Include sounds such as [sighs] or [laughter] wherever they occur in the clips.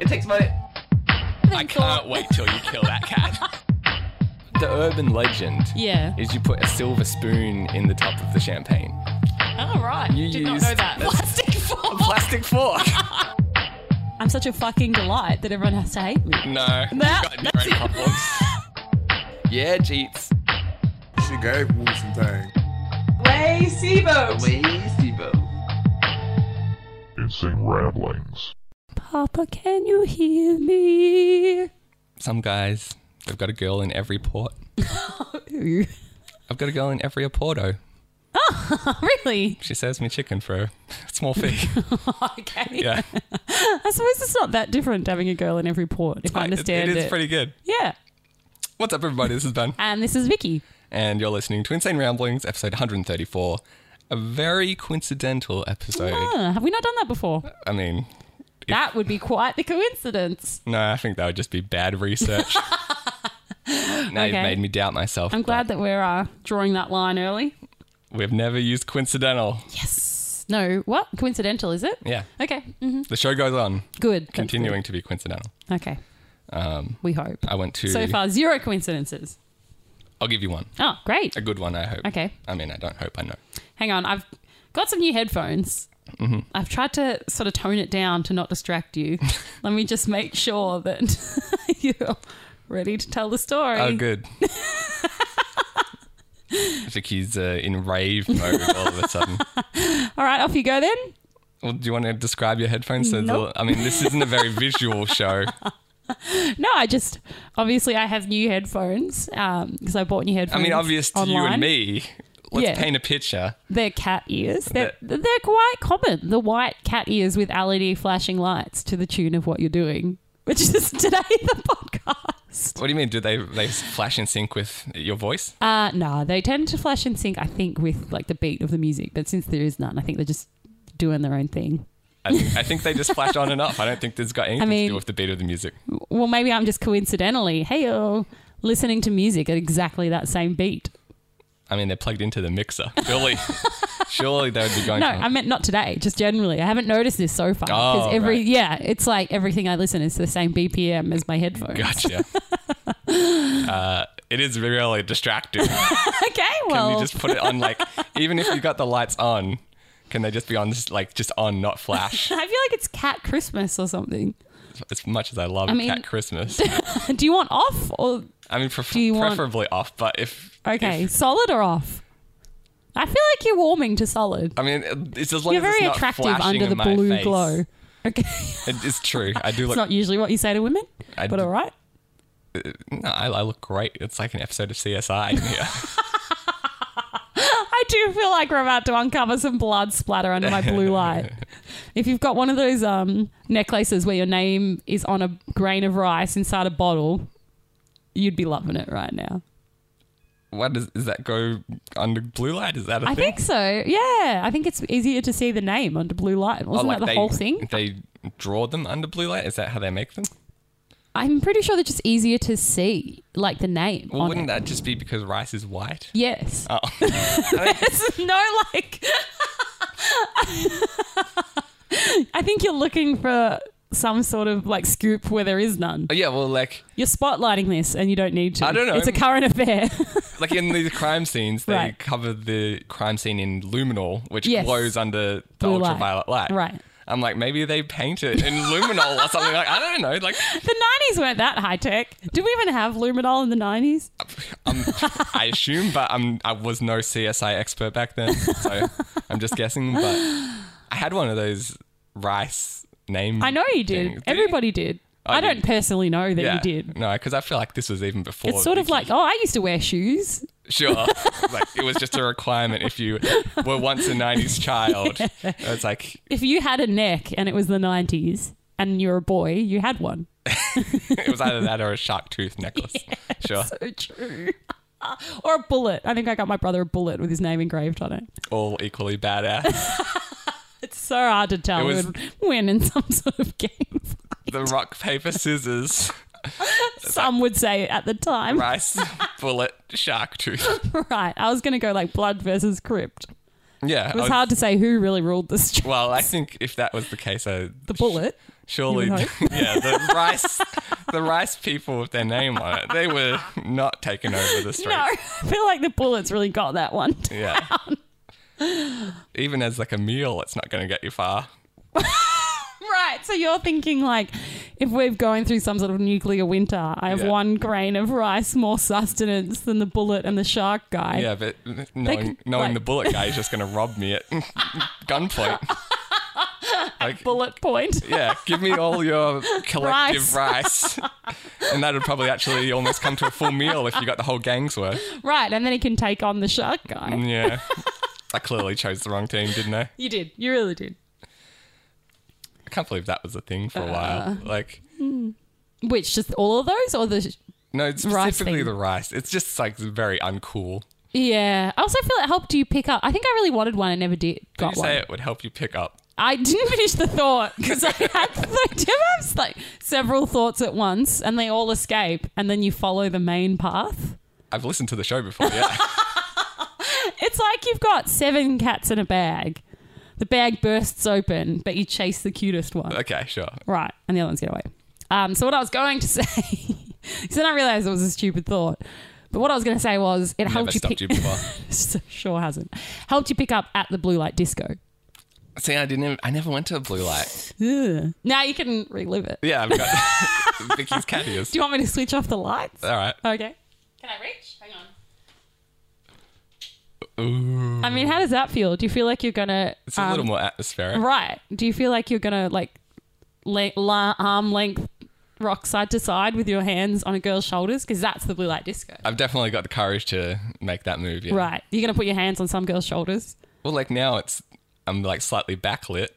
It takes money. I can't wait till you kill that cat. [laughs] The urban legend [laughs] Yeah. is you put a silver spoon in the top of the champagne. All right. You Did not used- know that. that's- [laughs] Plastic fork. Plastic fork. I'm such a fucking delight that everyone has to hate me. [laughs] no. That- You've got your own problems. yeah, Jeets. She gave me some things. Way Sibo. Insane ramblings. [laughs] Papa, can you hear [laughs] me? [laughs] Some guys, they've got a girl in every port. I've got a girl in every Oporto. really? She serves me chicken for a [laughs] small fee. okay. Yeah. [laughs] I suppose it's not that different to having a girl in every port, if I understand It is pretty good. yeah. What's up, everybody? This is Ben. And this is Vicky. and you're listening to Insane Ramblings, episode 134. A very coincidental episode. Huh, Ah, have we not done that before? I mean, That would be quite the coincidence. no, I think that would just be [laughs] bad research. now you've Okay. made me doubt myself. I'm glad that we're uh, drawing that line early. We've never used coincidental. Yes. No. What? Coincidental, is it? Yeah, Okay. hmm the show goes on, Good. That's continuing to be coincidental. good. Okay. we hope. Um, I went to. So far, zero coincidences. I'll give you one. Oh, great. A good one, I hope. Okay. I mean, I don't hope, I know. Hang on. I've got some new headphones. Mm-hmm. I've tried to sort of tone it down to not distract [laughs] you. Let me just make sure that [laughs] you're ready to tell the story. Oh, [laughs] good. Vicky's uh, in rave mode all of [laughs] a sudden. All right, off you go then. Well, do you want to describe your headphones? So the- Nope. I mean, this isn't a very [laughs] visual show. No, I just obviously I have new headphones because I bought new I headphones. mean, obvious to you online. and me. Let's Yeah. paint a picture. They're cat ears. They're, they're quite common. The white cat ears with LED flashing lights to the tune of what you're doing, which is [laughs] today the podcast. What do you mean? Do they they flash in sync with your voice? Uh, no, they tend to flash in sync, I think, with like the beat of the music. But since there is none, I think they're just doing their own thing. I think, I think they just flash on and off. I don't think this [laughs] has got anything to mean- do with the beat of the music. Well, maybe I'm just coincidentally, hey, listening to music at exactly that same beat. I mean, they're plugged into the mixer. [laughs] Surely, surely they would be going. No, to- I meant not today, just generally. I haven't noticed this so far. Oh, every right. yeah, it's like everything I listen is the same BPM as my headphones. gotcha. uh, it is really [laughs] distracting. okay, Can well you just put it [laughs] on? Like, even if you got the lights on, can they just be on? Just like just on, [laughs] not flash. I feel like it's cat Christmas or something. [laughs] As much as I love I mean- [laughs] Cat Christmas, Do you want off or I mean, pref- Do you want- preferably off. But if okay, if- solid or off? I feel like you're warming to solid. I mean, it's as long You're as it's very not attractive flashing under in the my blue face. glow. Okay, [laughs] It- it's true. I do it's look. not usually what you say to women, I but d- all right. no, I, I look great. It's like an episode [laughs] of CSI in here. I do feel like we're about to uncover some blood splatter under my blue [laughs] light. if you've got one of those um, necklaces where your name is on a grain of rice inside a bottle, you'd be loving it right now. what does, does that go under blue light? Is that a I thing? think so. Yeah, I think it's easier to see the name under blue light. Oh, Wasn't like that the they, whole thing? They draw them under blue light. Is that how they make them? I'm pretty sure they're just easier to see, like the name Well, on wouldn't it. that just be because rice is white? Yes. [laughs] Oh, [laughs] It's no like. [laughs] I think you're looking for some sort of like scoop where there is none. yeah. Well, like You're spotlighting this and you don't need to. I don't know. It's a current affair. [laughs] like in the crime scenes, they Right. cover the crime scene in luminol, which Yes. glows under the Blue light. ultraviolet light. Right. I'm like, maybe they paint it in luminol or something. Like I don't know. Like the 90s weren't that high tech. Did we even have luminol in the 90s? I'm, I assume, but I'm, I was no CSI expert back then, so I'm just guessing. But I had one of those rice name. I know you did. things. you? Everybody did. I, don't did. personally know that Yeah. you did. No, because I feel like this was even before. It's sort of Vicky. like, oh, I used to wear shoes. [laughs] sure, like it was just a requirement if you were once a '90s [laughs] child. It's like If you had a neck and it was the 90s and you're a boy, you had one. it was either that or a shark tooth necklace. Sure, [laughs] So true. [laughs] or a bullet. I think I got my brother a bullet with his name engraved on it. all equally badass. It's so hard to tell It was- who would win in [laughs] some sort of game. The rock paper scissors, some would say at the time. rice, bullet, shark tooth. [laughs] Right. I was going to go like blood versus crypt. Yeah, Oh, It was hard to say who really ruled this. Well, I think if that was the case, I [laughs] the bullet. Surely, You [laughs] would hope. yeah, the rice, the rice people with their name on it, they were not taking over the streets. No, [laughs] I feel like the bullets really got that one. Yeah. Even as like a meal, it's not going to get you far. [laughs] right. So you're thinking like, if we're going through some sort of nuclear winter, I have Yeah. one grain of rice more sustenance than the bullet and the shark guy. Yeah, but knowing could, knowing like- the bullet guy is just going to rob me at [laughs] gunpoint. [laughs] like, Bullet [laughs] point. yeah, give me all your collective [laughs] rice. and that would probably actually almost come to a full meal if you got the whole gang's worth. Right, and then he can take on the shark guy. Yeah. I clearly chose the wrong team, didn't I? You did. You really did. I can't believe that was a thing for a Uh, while. Like, Which just all of those, or the sh- no, specifically thing. the rice. It's just like very uncool. yeah. I also feel it helped you pick up. I think I really wanted one. I never did. Did Got you one. say it would help you pick up? I [laughs] didn't finish the thought because I had [laughs] [laughs] like, do you ever have, like several thoughts at once, and they all escape, and then you follow the main path. I've listened to the show before, [laughs] yeah. [laughs] It's like you've got seven cats in a bag. The bag bursts open, but you chase the cutest one. okay, sure. Right, and the other ones get away. Um, so what I was going to [laughs] say, because then I realised it was a stupid thought. But what I was going to say was it Never helped you stopped pick. [laughs] you before. sure hasn't helped you pick up at the blue light disco. See, I didn't. I never went to a blue light. Ugh. Now you can relive it. Yeah, I've [laughs] got Vicky's cat ears. Do you want me to switch off the lights? All right. Okay. Can I reach? Hang on. Ooh, I mean, how does that feel? Do you feel like you're gonna? it's a um, little more atmospheric. Right. Do you feel like you're gonna like le- la- arm length rock side to side with your hands on a girl's shoulders? Because that's the blue light disco. I've definitely got the courage to make that move. Uh, Yeah. Right. You're gonna put your hands on some girl's shoulders. Well, like now it's I'm like [laughs] slightly backlit.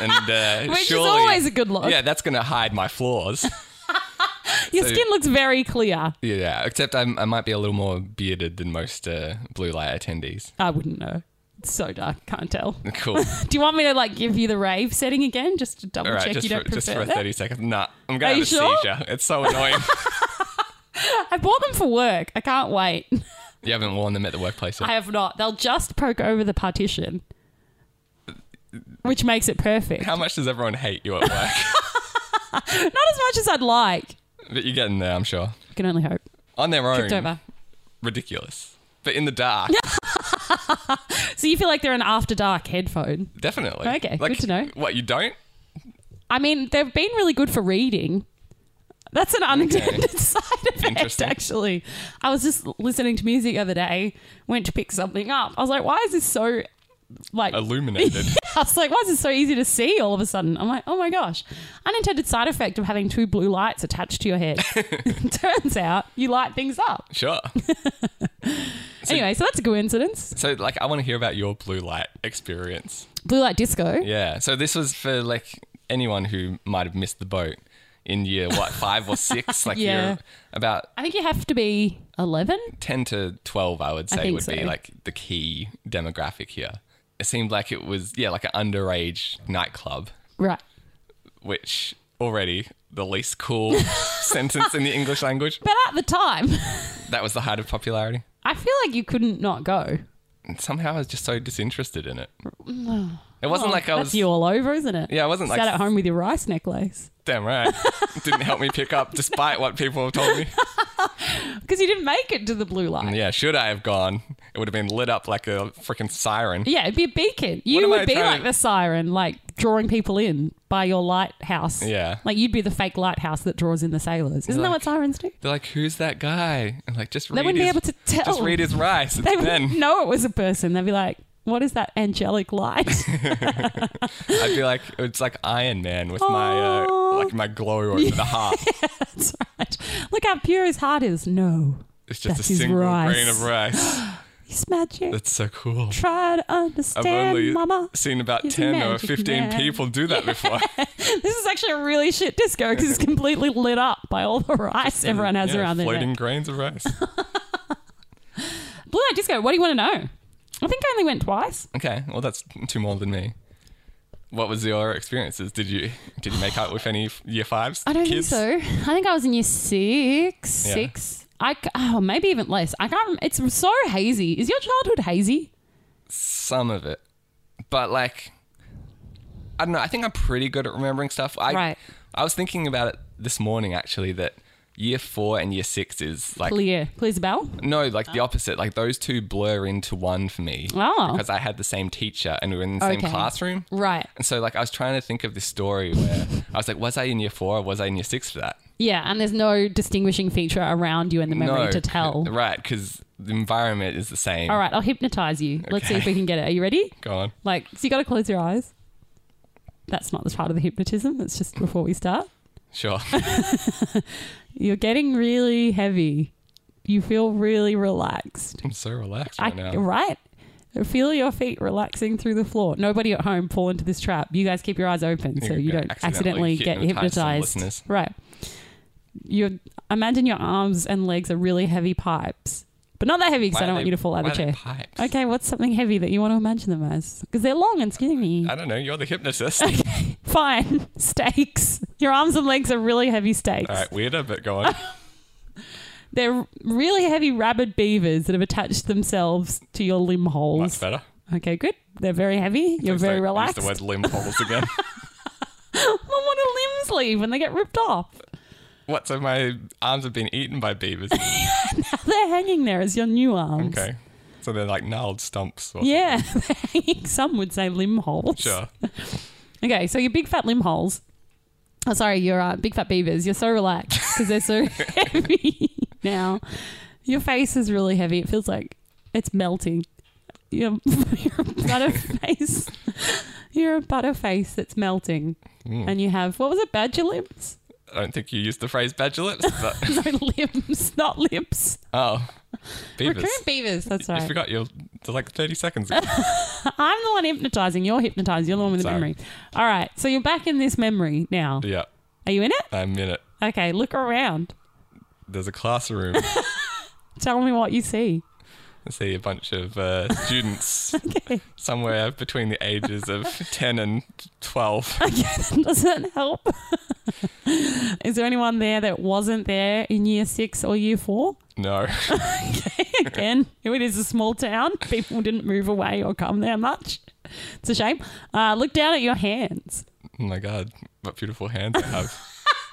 And uh, Which is surely- always a good look. Yeah, that's gonna hide my flaws. [laughs] Your So- skin looks very clear. yeah, except I'm, I might be a little more bearded than most uh, blue light attendees. I wouldn't know. It's so dark. Can't tell. [laughs] Cool. Do you want me to like give you the rave setting again, just to double All right, check just you for, don't just prefer for that? thirty seconds. Nah, I'm gonna Are have you a sure? seizure. It's so [laughs] annoying. I bought them for work. I can't wait. [laughs] you haven't worn them at the workplace. Yet. I have not. They'll just poke over the partition, which makes it perfect. Uh, How much does everyone hate you [laughs] at work? Not as much as I'd like. but you're getting there, I'm sure. I can only hope. On their own, Tipped over. ridiculous. But in the [laughs] dark, So you feel like they're an after dark headphone. definitely. Okay, good like, to know. What you don't? I mean, they've been really good for reading. That's an unintended [laughs] side effect, Interesting. actually. I was just listening to music the other day, went to pick something up. I was like, why is this so, like, Illuminated. [laughs] [laughs] I was like, why is this so easy to see all of a sudden? I'm like, oh my gosh. Unintended side effect of having two blue lights attached to your [laughs] head. [laughs] Turns out you light things up. Sure. Anyway, so that's a coincidence. So, like, I want to hear about your blue light experience. Blue light disco. Yeah. So this was for like anyone who might have missed the boat in year what five or [laughs] six. Like Yeah. you're about I think you have to be 11. ten to twelve, I would say, think would be so. like the key demographic here. It seemed like it was yeah, like an underage nightclub, Right. which already the least cool [laughs] sentence in the English language. But at the time, [laughs] That was the height of popularity. I feel like you couldn't not go. And somehow I was just so disinterested in it. It wasn't like I That's was you all over, isn't it? Yeah, I wasn't, Sat like- at home with your rice necklace. damn right. Didn't help me pick up despite what people have told me. [laughs] Because you didn't make it to the blue light. Yeah, should I have gone? It would have been lit up like a freaking siren. Yeah, it'd be a beacon. You am would I be trying- like the siren, like drawing people in by your lighthouse. Yeah. Like you'd be the fake lighthouse that draws in the sailors. Isn't that what Like- sirens do? They're like, "Who's that guy?" And like, just read They wouldn't be his, able to tell. Just read his rice. It's They Ben. wouldn't [laughs] know it was a person. They'd be like, what is that angelic light? [laughs] [laughs] I'd be like, it's like Iron Man with my uh, Aw. like my glow over the [laughs] heart. That's right. Look how pure his heart is. No, It's just That's a his single rice. grain of [gasps] rice. he's magic. That's so cool. Try to I've understand, only mama. seen about He's a ten or magic fifteen man. people [laughs] do that before. This is actually a really shit disco because it's completely lit up by all the rice everyone has Yeah, around their floating neck. grains of rice. Blue Light Disco, what do you want to know? I think I only went twice. okay, well that's two more than me. What was your experiences? Did you did you make out with any f- year fives? I don't kids? think so. I think I was in year six, Yeah. six. I c- oh, maybe even less. I can't. rem- It's so hazy. Is your childhood hazy? some of it, but like I don't know. I think I'm pretty good at remembering stuff. I, Right. I was thinking about it this morning actually that year four and year six is like Clear. Clears the bell? no, like the opposite. Like those two blur into one for me Oh. because I had the same teacher and we were in the same Okay. classroom. Right. And so like I was trying to think of this story where I was like, was I in year four or was I in year six for that? Yeah, and there's no distinguishing feature around you in the memory no, to tell. Right, because the environment is the same. All right, I'll hypnotize you. Let's see if we can get it. Are you ready? Go on. Like, so you got to close your eyes. That's not the part of the hypnotism. That's just before we start. Sure. [laughs] You're getting really heavy. You feel really relaxed. I'm so relaxed right now. right? Feel your feet relaxing through the floor. Nobody at home fall into this trap. You guys keep your eyes open so You're you gonna don't accidentally, accidentally get hypnotize some hypnotized. listeners. Right. You imagine your arms and legs are really heavy pipes, but not that heavy because Why I don't are want they- you to fall out why of the are chair. they pipes? Okay, what's something heavy that you want to imagine them as? Because they're long and skinny. I don't know. You're [laughs] the hypnotist. Fine. [laughs] Steaks. Your arms and legs are really heavy steaks. All right, weirder, but [laughs] go on. They're really heavy rabid beavers that have attached themselves to your limb Much holes. better. Okay, good. They're very heavy. You're Please very don't relaxed. Use [laughs] the word limb holes again. Well, what do limbs leave when they get ripped off? [laughs] what? So my arms have been eaten by beavers. They're hanging there as your new arms. Okay. So they're like gnarled stumps. Or Yeah, [laughs] they're hanging. Some would say limb holes. Sure. Okay, so your big fat limb holes. Oh, sorry, your uh, big fat beavers. You're so relaxed because they're so [laughs] heavy now. Your face is really heavy. It feels like it's melting. You're, [laughs] you're a butter face. You're a butter face that's melting. Mm. And you have, what was it, badger lips? I don't think you used the phrase badger lips, but [laughs] No, limbs, not lips. oh, beavers. Recurrent beavers, that's You right. forgot your like 30 seconds ago. [laughs] I'm the one hypnotizing. You're hypnotized. You're the one with the Sorry. memory. All right, so you're back in this memory now. yeah, Uh. Are you in it? I'm in it. Okay, look around. There's a classroom. Tell me what you see. I see a bunch of uh, [laughs] students somewhere between the ages of 10 and 12. Doesn't help. [laughs] Is there anyone there that wasn't there in year six or year four? [laughs] No. Oh Again, it is a small town. People didn't move away or come there much. It's a shame. Uh, look down at your hands. Oh my God. What beautiful hands I have.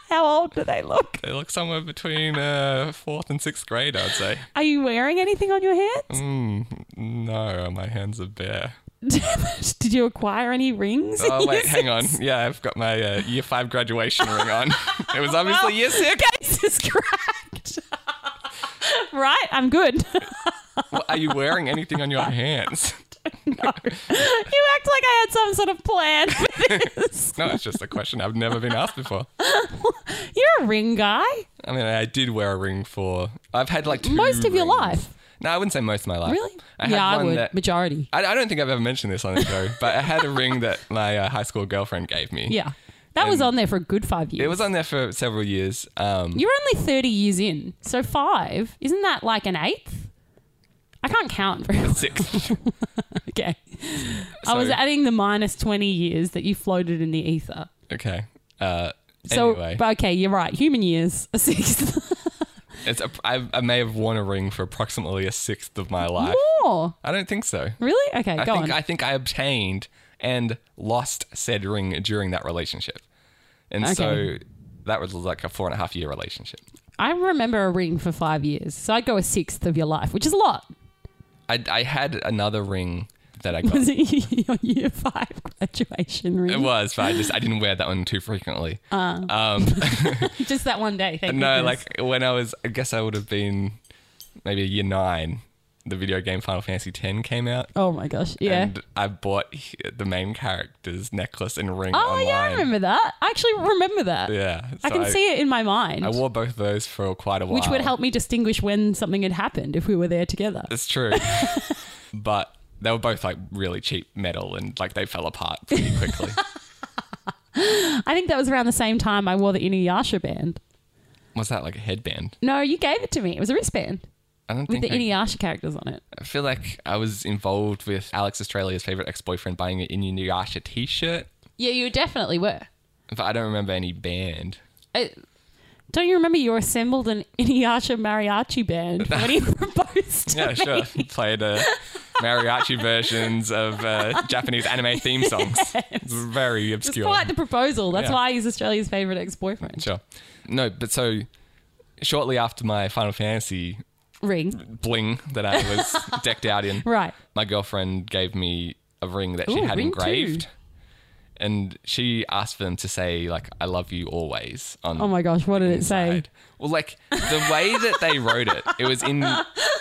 How old do they look? They look somewhere between uh, fourth and sixth grade, I'd say. Hmm. Are you wearing anything on your hands? No, my hands are bare. [laughs] Did you acquire any rings? in Mm. Oh year [laughs] wait, six? hang on. Yeah, I've got my uh, year five graduation ring on. [laughs] It was obviously year six. Case is cracked. [laughs] right? I'm [laughs] good. [laughs] What, are you wearing anything on your hands? [laughs] You act like I had some sort of [laughs] plan [laughs] for this. No, it's just a question I've never been asked before. You're a ring guy. I mean, I did wear a ring for. I've had like two Most of your rings. life. No, I wouldn't say most of my life. Really? I yeah, had I one would. that. Oh. Majority. I, I don't think I've ever mentioned this on the show, but I had a ring that my uh, high school girlfriend gave me. Yeah. That was on there for a good five years. It was on there for several years. Um, You're only 30 years in. So five, isn't that like an eighth? I can't count very well. [laughs] [laughs] six. Okay. I was So- adding the minus 20 years that you floated in the ether. Okay. Uh, So, anyway, but okay, you're right. Human years, a [laughs] sixth. [laughs] it's a, I, I may have worn a ring for approximately a sixth of my life. More. I don't think so. Really? Okay, I Mm, go think on. I think I obtained and lost said ring during that relationship, and so Okay. that was like a four and a half year relationship. I remember a ring for five years, so I'd go a sixth of your life, which is a lot. I, I had another ring that I [laughs] got. Was it your year five [laughs] graduation It ring? was, but I just I didn't wear that one too frequently. Just that one day. Thank no, goodness. like when I was, I guess I would have been maybe year nine. The video game Final Fantasy X came out, oh my gosh, yeah. and I bought he- the main character's necklace and ring oh online. yeah, I remember that. I actually remember that. Yeah, so I can see it in my mind, I wore both of those for quite a while, which would help me distinguish when something had happened if we were there together. [laughs] It's true. but they were both like really cheap metal and like they fell apart [laughs] pretty quickly. I think that was around the same time I wore the Inuyasha band. Was that like a headband? No, you gave it to me. It was a wristband I don't with think the E I, Inuyasha characters on it. I feel like I was involved with Alex Australia's favorite ex-boyfriend buying E an Inuyasha t-shirt, Yeah, you definitely were. but I don't remember any band. I, don't you remember you [laughs] assembled an Inuyasha mariachi band when he proposed to [laughs] Yeah, [laughs] me? sure. Played a mariachi versions of [laughs] uh, Japanese anime theme songs. It's very It's obscure. quite the proposal. That's Yeah. why he's Australia's favourite ex boyfriend. Sure. No, but so shortly after my Final Fantasy Ring. bling that I [laughs] was decked out in, Right. my girlfriend gave me a ring that she Ooh, had ring engraved. too. And she asked for them to say, like, I love you always. On Oh my gosh, what did it say? side. Well, like, the way that they wrote it, it was [laughs] in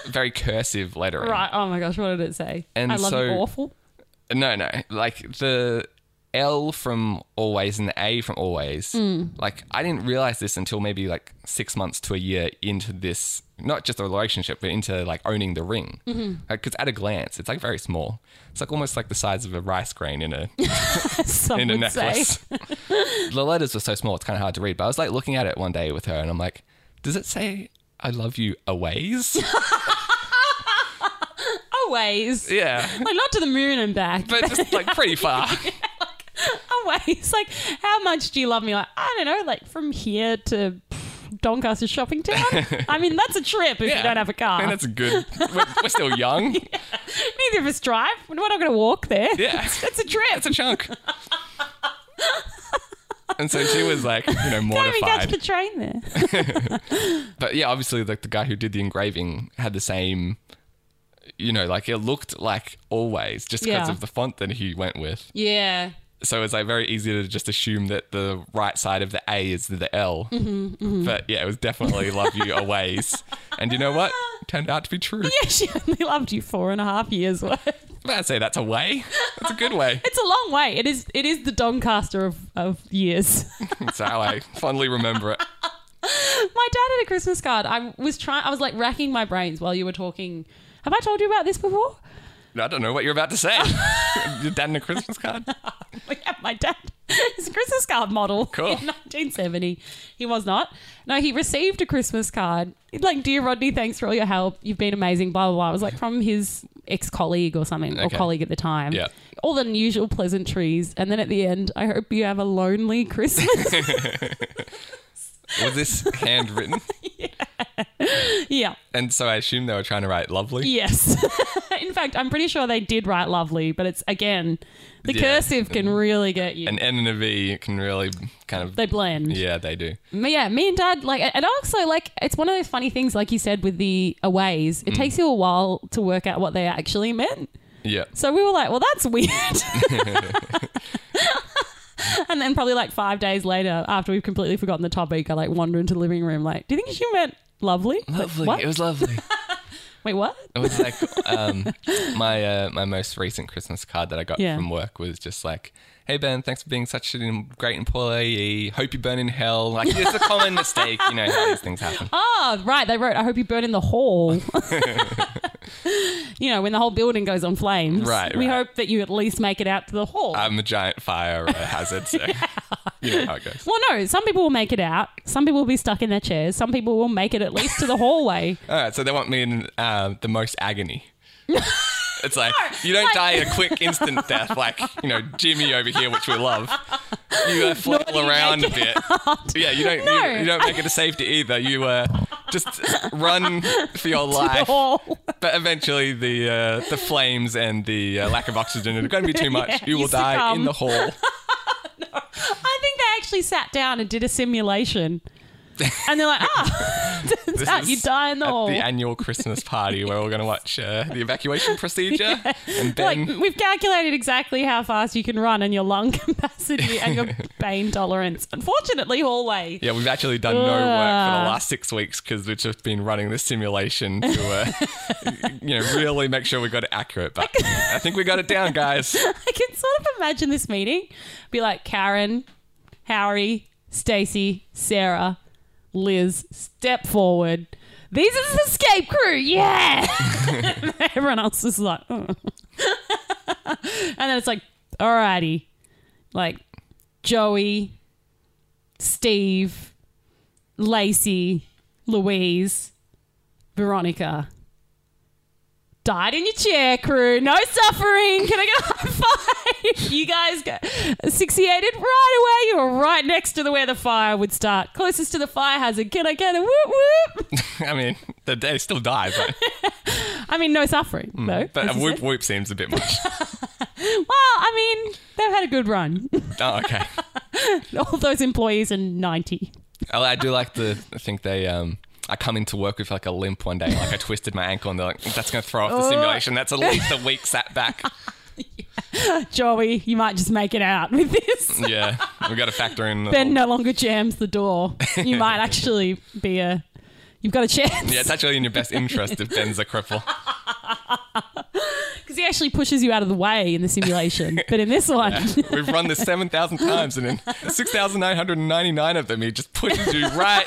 very cursive lettering. Right. Oh my gosh, what did it say? And I love you so- awful. [laughs] No, no. Like the L from always and the A from always. Hmm. Like I didn't realize this until maybe like six months to a year into this, not just a relationship, but into like owning the ring. Because Mm-hmm. at a glance, it's like very small. It's like almost like the size of a rice grain [laughs] in a Some in a would necklace. say. [laughs] the letters were so small; it's kind of hard to read. But I was like looking at it one day with her, and I'm like, "Does it say I love you a [laughs] ways?" [laughs] Always. yeah, Like not to the moon and back. but just like [laughs] pretty far. always. Like, how much do you love me? Like, I don't know, like from here to pff, Doncaster shopping town. [laughs] I mean, that's a trip if you don't have a car. And that's a good. We're, we're still [laughs] young. Neither of us drive. We're not going to walk there. Yeah. That's a trip. That's a chunk. and so she was like, you know, [laughs] Can't even catch the mortified. train there. [laughs] But yeah, obviously, like the guy who did the engraving had the same, you know, like it looked like always just because Yeah. of the font that he went with. Yeah. So it's like very easy to just assume that the right side of the A is the L. Mm-hmm, But yeah, it was definitely love you always. And you [laughs] know what? Turned out to be true. Yeah, she only loved you four and a half years worth. [laughs] But I'd say that's a way. That's a good way. It's a long way. It is. It is the Doncaster of, of years. [laughs] That's how I fondly remember it. my dad had a Christmas card. I was trying. I was like racking my brains while you were talking. Have I told you about this before? [laughs] I don't know what you're about to say. Your dad in a Christmas card? Yeah, my dad [laughs] is a Christmas card model Cool. in 1970. He was not. No, he received a Christmas card. He'd Like, dear Rodney, thanks for all your help. You've been amazing, blah, blah, blah. It was like from his ex colleague or something, or Okay. colleague at the time. Yeah. All the usual pleasantries. And then at the end, I hope you have a lonely Christmas. [laughs] Was this handwritten? yeah. And so I assume they were trying to write lovely. Yes. [laughs] in fact, I'm pretty sure they did write lovely, but it's again, the Yeah. cursive can really get you. An N and a V can really kind of. they blend. yeah, they do. But yeah, me and dad like, and also like, it's one of those funny things, like you said, with the aways. Mm. It takes you a while to work out what they actually meant. Yeah. So we were like, well, that's weird. [laughs] and then probably like five days later, after we've completely forgotten the topic, I like wander into the living room, like, do you think she meant lovely? Like, Lovely. what? It was lovely. Wait, what? It was like um, my uh, my most recent Christmas card that I got Yeah. from work was just like, "Hey Ben, thanks for being such a great employee. Hope you burn in hell." Like it's a common mistake, you know how these things happen. [laughs] Oh, right. They wrote, I hope you burn in the [laughs] hall. [laughs] you know, when the whole building goes on flames. Right, We right. Um, hope that you at least make it out to the hall. I'm a giant fire uh, hazard, [laughs] so you know how it goes. Well, no, some people will make it out. Some people will be stuck in their chairs. Some people will make it at least to the hallway. All right, so they want me in um, the most [laughs] agony. It's like you don't die a quick instant death, like you know Jimmy over here, which we love. You uh, flail you around a make bit. Yeah, you don't No. you, you don't make it to safety either. You uh, just run [laughs] for your the [laughs] life, hall. but eventually the uh, the flames and the uh, lack of oxygen are going to be too [laughs] much. Yeah, you will you die succumb. in the [laughs] hall. I think they actually sat down and did a simulation. And they're like, ah, [laughs] turns [laughs] This out is you die in the at hall. [laughs] the annual Christmas party. We're all going to watch uh, the [laughs] evacuation procedure, and Like, Ben. we've calculated exactly how fast you can run and your lung [laughs] capacity and [laughs] your pain tolerance. Unfortunately, hallway. Yeah, we've actually done no work for the Ugh. last six weeks because we've just been running this simulation to, uh, [laughs] you know, really make sure we got it accurate. But I think we got it down, guys. [laughs] I can sort of imagine this meeting. Be like Karen, Harry, Stacy, Sarah, Liz, step forward. These is the escape crew, yeah. [laughs] Everyone else is like, "Oh." [laughs] and then it's like, alrighty, like Joey, Steve, Lacey, Louise, Veronica. Died in your chair, crew. No suffering. Can I get a high five? You guys got asphyxiated right away. You were right next to the where the fire would start. Closest to the fire hazard. Can I get a whoop whoop? I mean, the day still dies. But I mean, no suffering, though. Mm, But as a you whoop said. whoop seems a bit much. Well, I mean, they've had a good run. [laughs] oh, okay. All those employees are 90. I, I do like the. I think they. Um, I come into work with like a limp one day, like I twisted my ankle, and they're like, "That's going to throw off the simulation." That's at least a week sat back. Joey, you might just make it out with this. Yeah, we got to factor in. the Ben whole- no longer jams the door. You [laughs] might actually be a. You've got a chance. Yeah, it's actually in your best interest if Ben's a cripple. Because he actually pushes you out of the way in the simulation. but in [laughs] this one, We've run this seven thousand times, and in six thousand nine hundred ninety-nine of them, he just [laughs] pushes you right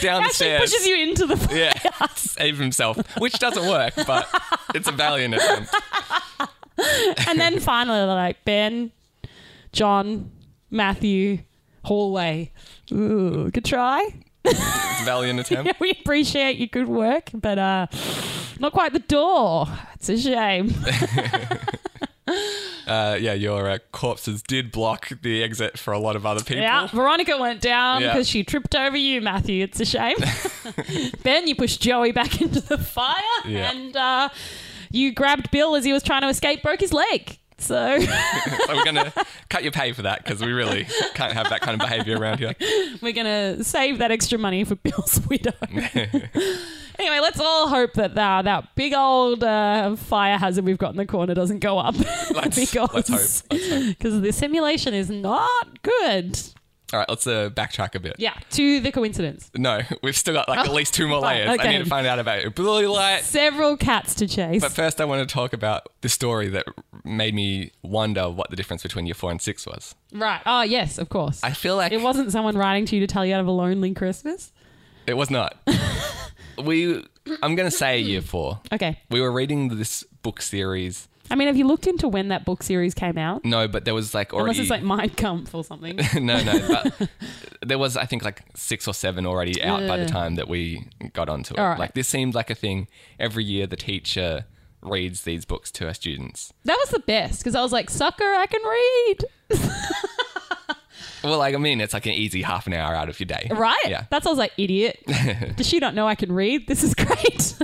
down the actually stairs. pushes you into the. Yeah, save himself, which doesn't work, but it's a valiant attempt. And then [laughs] finally, they're like Ben, John, Matthew, hallway. Ooh, good try. [laughs] It's a valiant attempt. we appreciate your good work, but uh, not quite the door. It's a [laughs] shame. Uh, yeah, your uh, corpses did block the exit for a lot of other people. yeah, Veronica went down Yeah. because she tripped over you, Matthew. It's a [laughs] shame. [laughs] ben, you pushed Joey back into the fire, Yeah. and uh, you grabbed Bill as he was trying to escape, broke his leg. So [laughs] so we're gonna cut your pay for that because we really can't have that kind of behavior around here. we're gonna save that extra money for Bill's [laughs] [laughs] widow. anyway, let's all hope that uh, that big old uh, fire hazard we've got in the corner doesn't go up. [laughs] Let's, let's hope. Let's hope. because the simulation is not good. All right, let's uh, backtrack a bit. Yeah, to the coincidence. No, we've still got like at least two more fine, layers. I okay. need to find out about your blue light. Several cats to chase. But first, I want to talk about the story that made me wonder what the difference between year four and six was. right. Oh, yes, of course. I feel like it wasn't someone writing to you to tell you out of a lonely Christmas. It [laughs] was not. we. I'm going to say year four. Okay. We were reading this book series. I mean, have you looked into when that book series came out? No, but there was like already. Unless it's like Mind Kampf or something. [laughs] [laughs] no, no. But there was, I think, like six or seven already out by the Ugh. time that we got onto it. All right. Like this seemed like a thing. Every year, the teacher reads these books to her students. that was the best because I was like, sucker, I can read. Well, like I mean, it's like an easy half an hour out of your day, Right? Yeah. That's I was like, idiot. [laughs] Does she not know I can read? This is [laughs] great.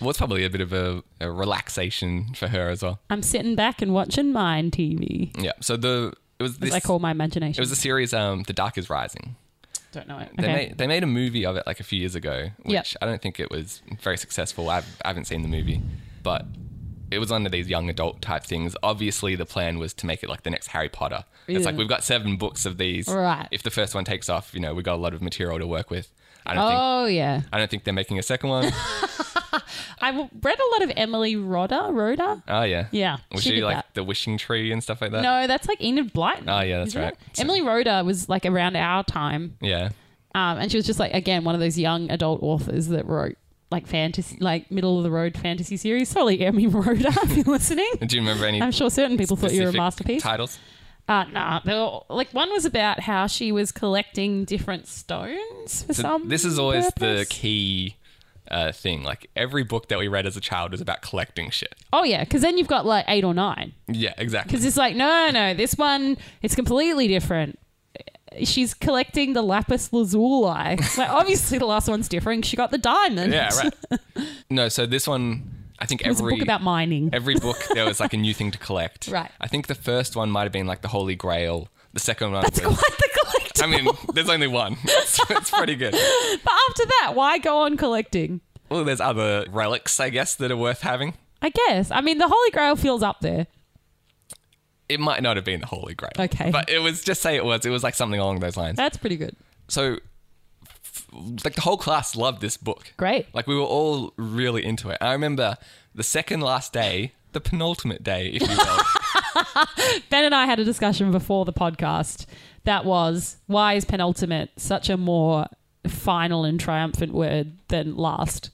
Well, it's probably a bit of a, a relaxation for her as well. I'm sitting back and watching Mind TV. Yeah. So the it was As this. I call my it imagination. was the series, um, The Dark Is Rising. Don't know it. They Okay. made they made a movie of it like a few years ago, which Yep. I don't think it was very successful. I've, I haven't seen the movie, but it was one of these young adult type things. Obviously, the plan was to make it like the next Harry Potter. It's Yeah. like we've got seven books of these. Right. If the first one takes off, you know we've got a lot of material to work with. I don't think Oh, yeah. I don't think they're making a second one. [laughs] I w- read a lot of Emily Rodda. Roda. oh yeah, Yeah, Was she she, did like that. the wishing tree and stuff like that? No, that's like Enid Blyton. Uh, Oh, yeah, that's isn't right. it? Emily Roda was like around our time, Yeah. um, and she was just like again one of those young adult authors that wrote like fantasy, like middle of the road fantasy series. Sorry, [laughs] Emily Roda, if you're [laughs] listening. Do you remember any? I'm sure certain people thought you were a specific masterpiece. Titles. Uh, nah, they were, like one was about how she was collecting different stones for So some. this is always the purpose. key uh, thing. Like every book that we read as a child was about collecting shit. Oh yeah, because then you've got like eight or nine. Yeah, exactly. Because it's like, no, no, this one, it's completely different. She's collecting the lapis lazuli. like, obviously, the last one's different. She got the diamond. Yeah, right. [laughs] no, so this one, I think It was every a book about mining. every book there was like a new thing to [laughs] collect. Right. I think the first one might have been like the Holy Grail. The second one It's was. quite the collectible. I mean, there's only one. [laughs] It's, it's pretty good. [laughs] but after that, why go on collecting? Well, there's other relics, I guess, that are worth having. I guess. I mean, the Holy Grail feels up there. It might not have been the Holy Grail. Okay. But it was just say it was. It was like something along those lines. That's pretty good. so f- like the whole class loved this book Great. like we were all really into it i remember the second last day the penultimate day [laughs] if you will Ben and I had a discussion before the podcast that was why is penultimate such a more final and triumphant word than last?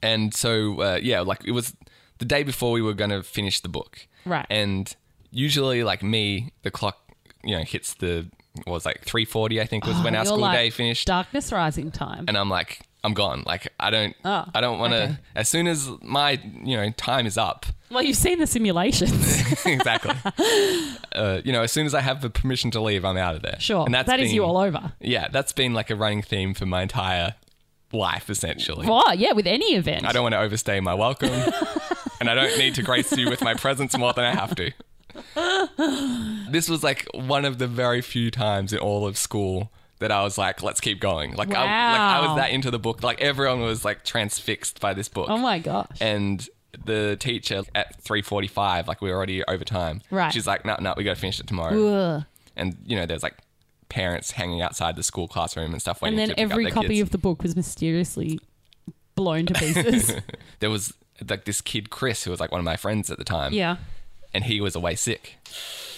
and so uh, yeah like it was the day before we were going to finish the book Right. and usually like me the clock you know hits the what was it, like 3.40 i think was when our Ah, You're school like, day finished Darkness Rising time. and i'm like i'm gone like i don't Oh, i don't want to okay. as soon as my you know time is up Well, you've seen the [laughs] simulations. exactly. uh, you know, as soon as I have the permission to leave, I'm out of there. Sure. And that's that is been- you all over. Yeah, that's been like a running theme for my entire life, essentially. What? Yeah, with any event. I don't want to overstay [laughs] my welcome, and I don't need to grace you with my presence more than I have to. This was like one of the very few times in all of school that I was like, let's keep going. Like, I, like I Wow. was that into the book. Like, everyone was like transfixed by this book. Oh my gosh. and the teacher at 3.45 like we were already over time Right. she's like no no we gotta finish it tomorrow Ugh. and you know there's like parents hanging outside the school classroom and stuff waiting And then to pick every up their copy kids. of the book was mysteriously blown to [laughs] pieces. there was like this kid chris who was like one of my friends at the time yeah. and he was away sick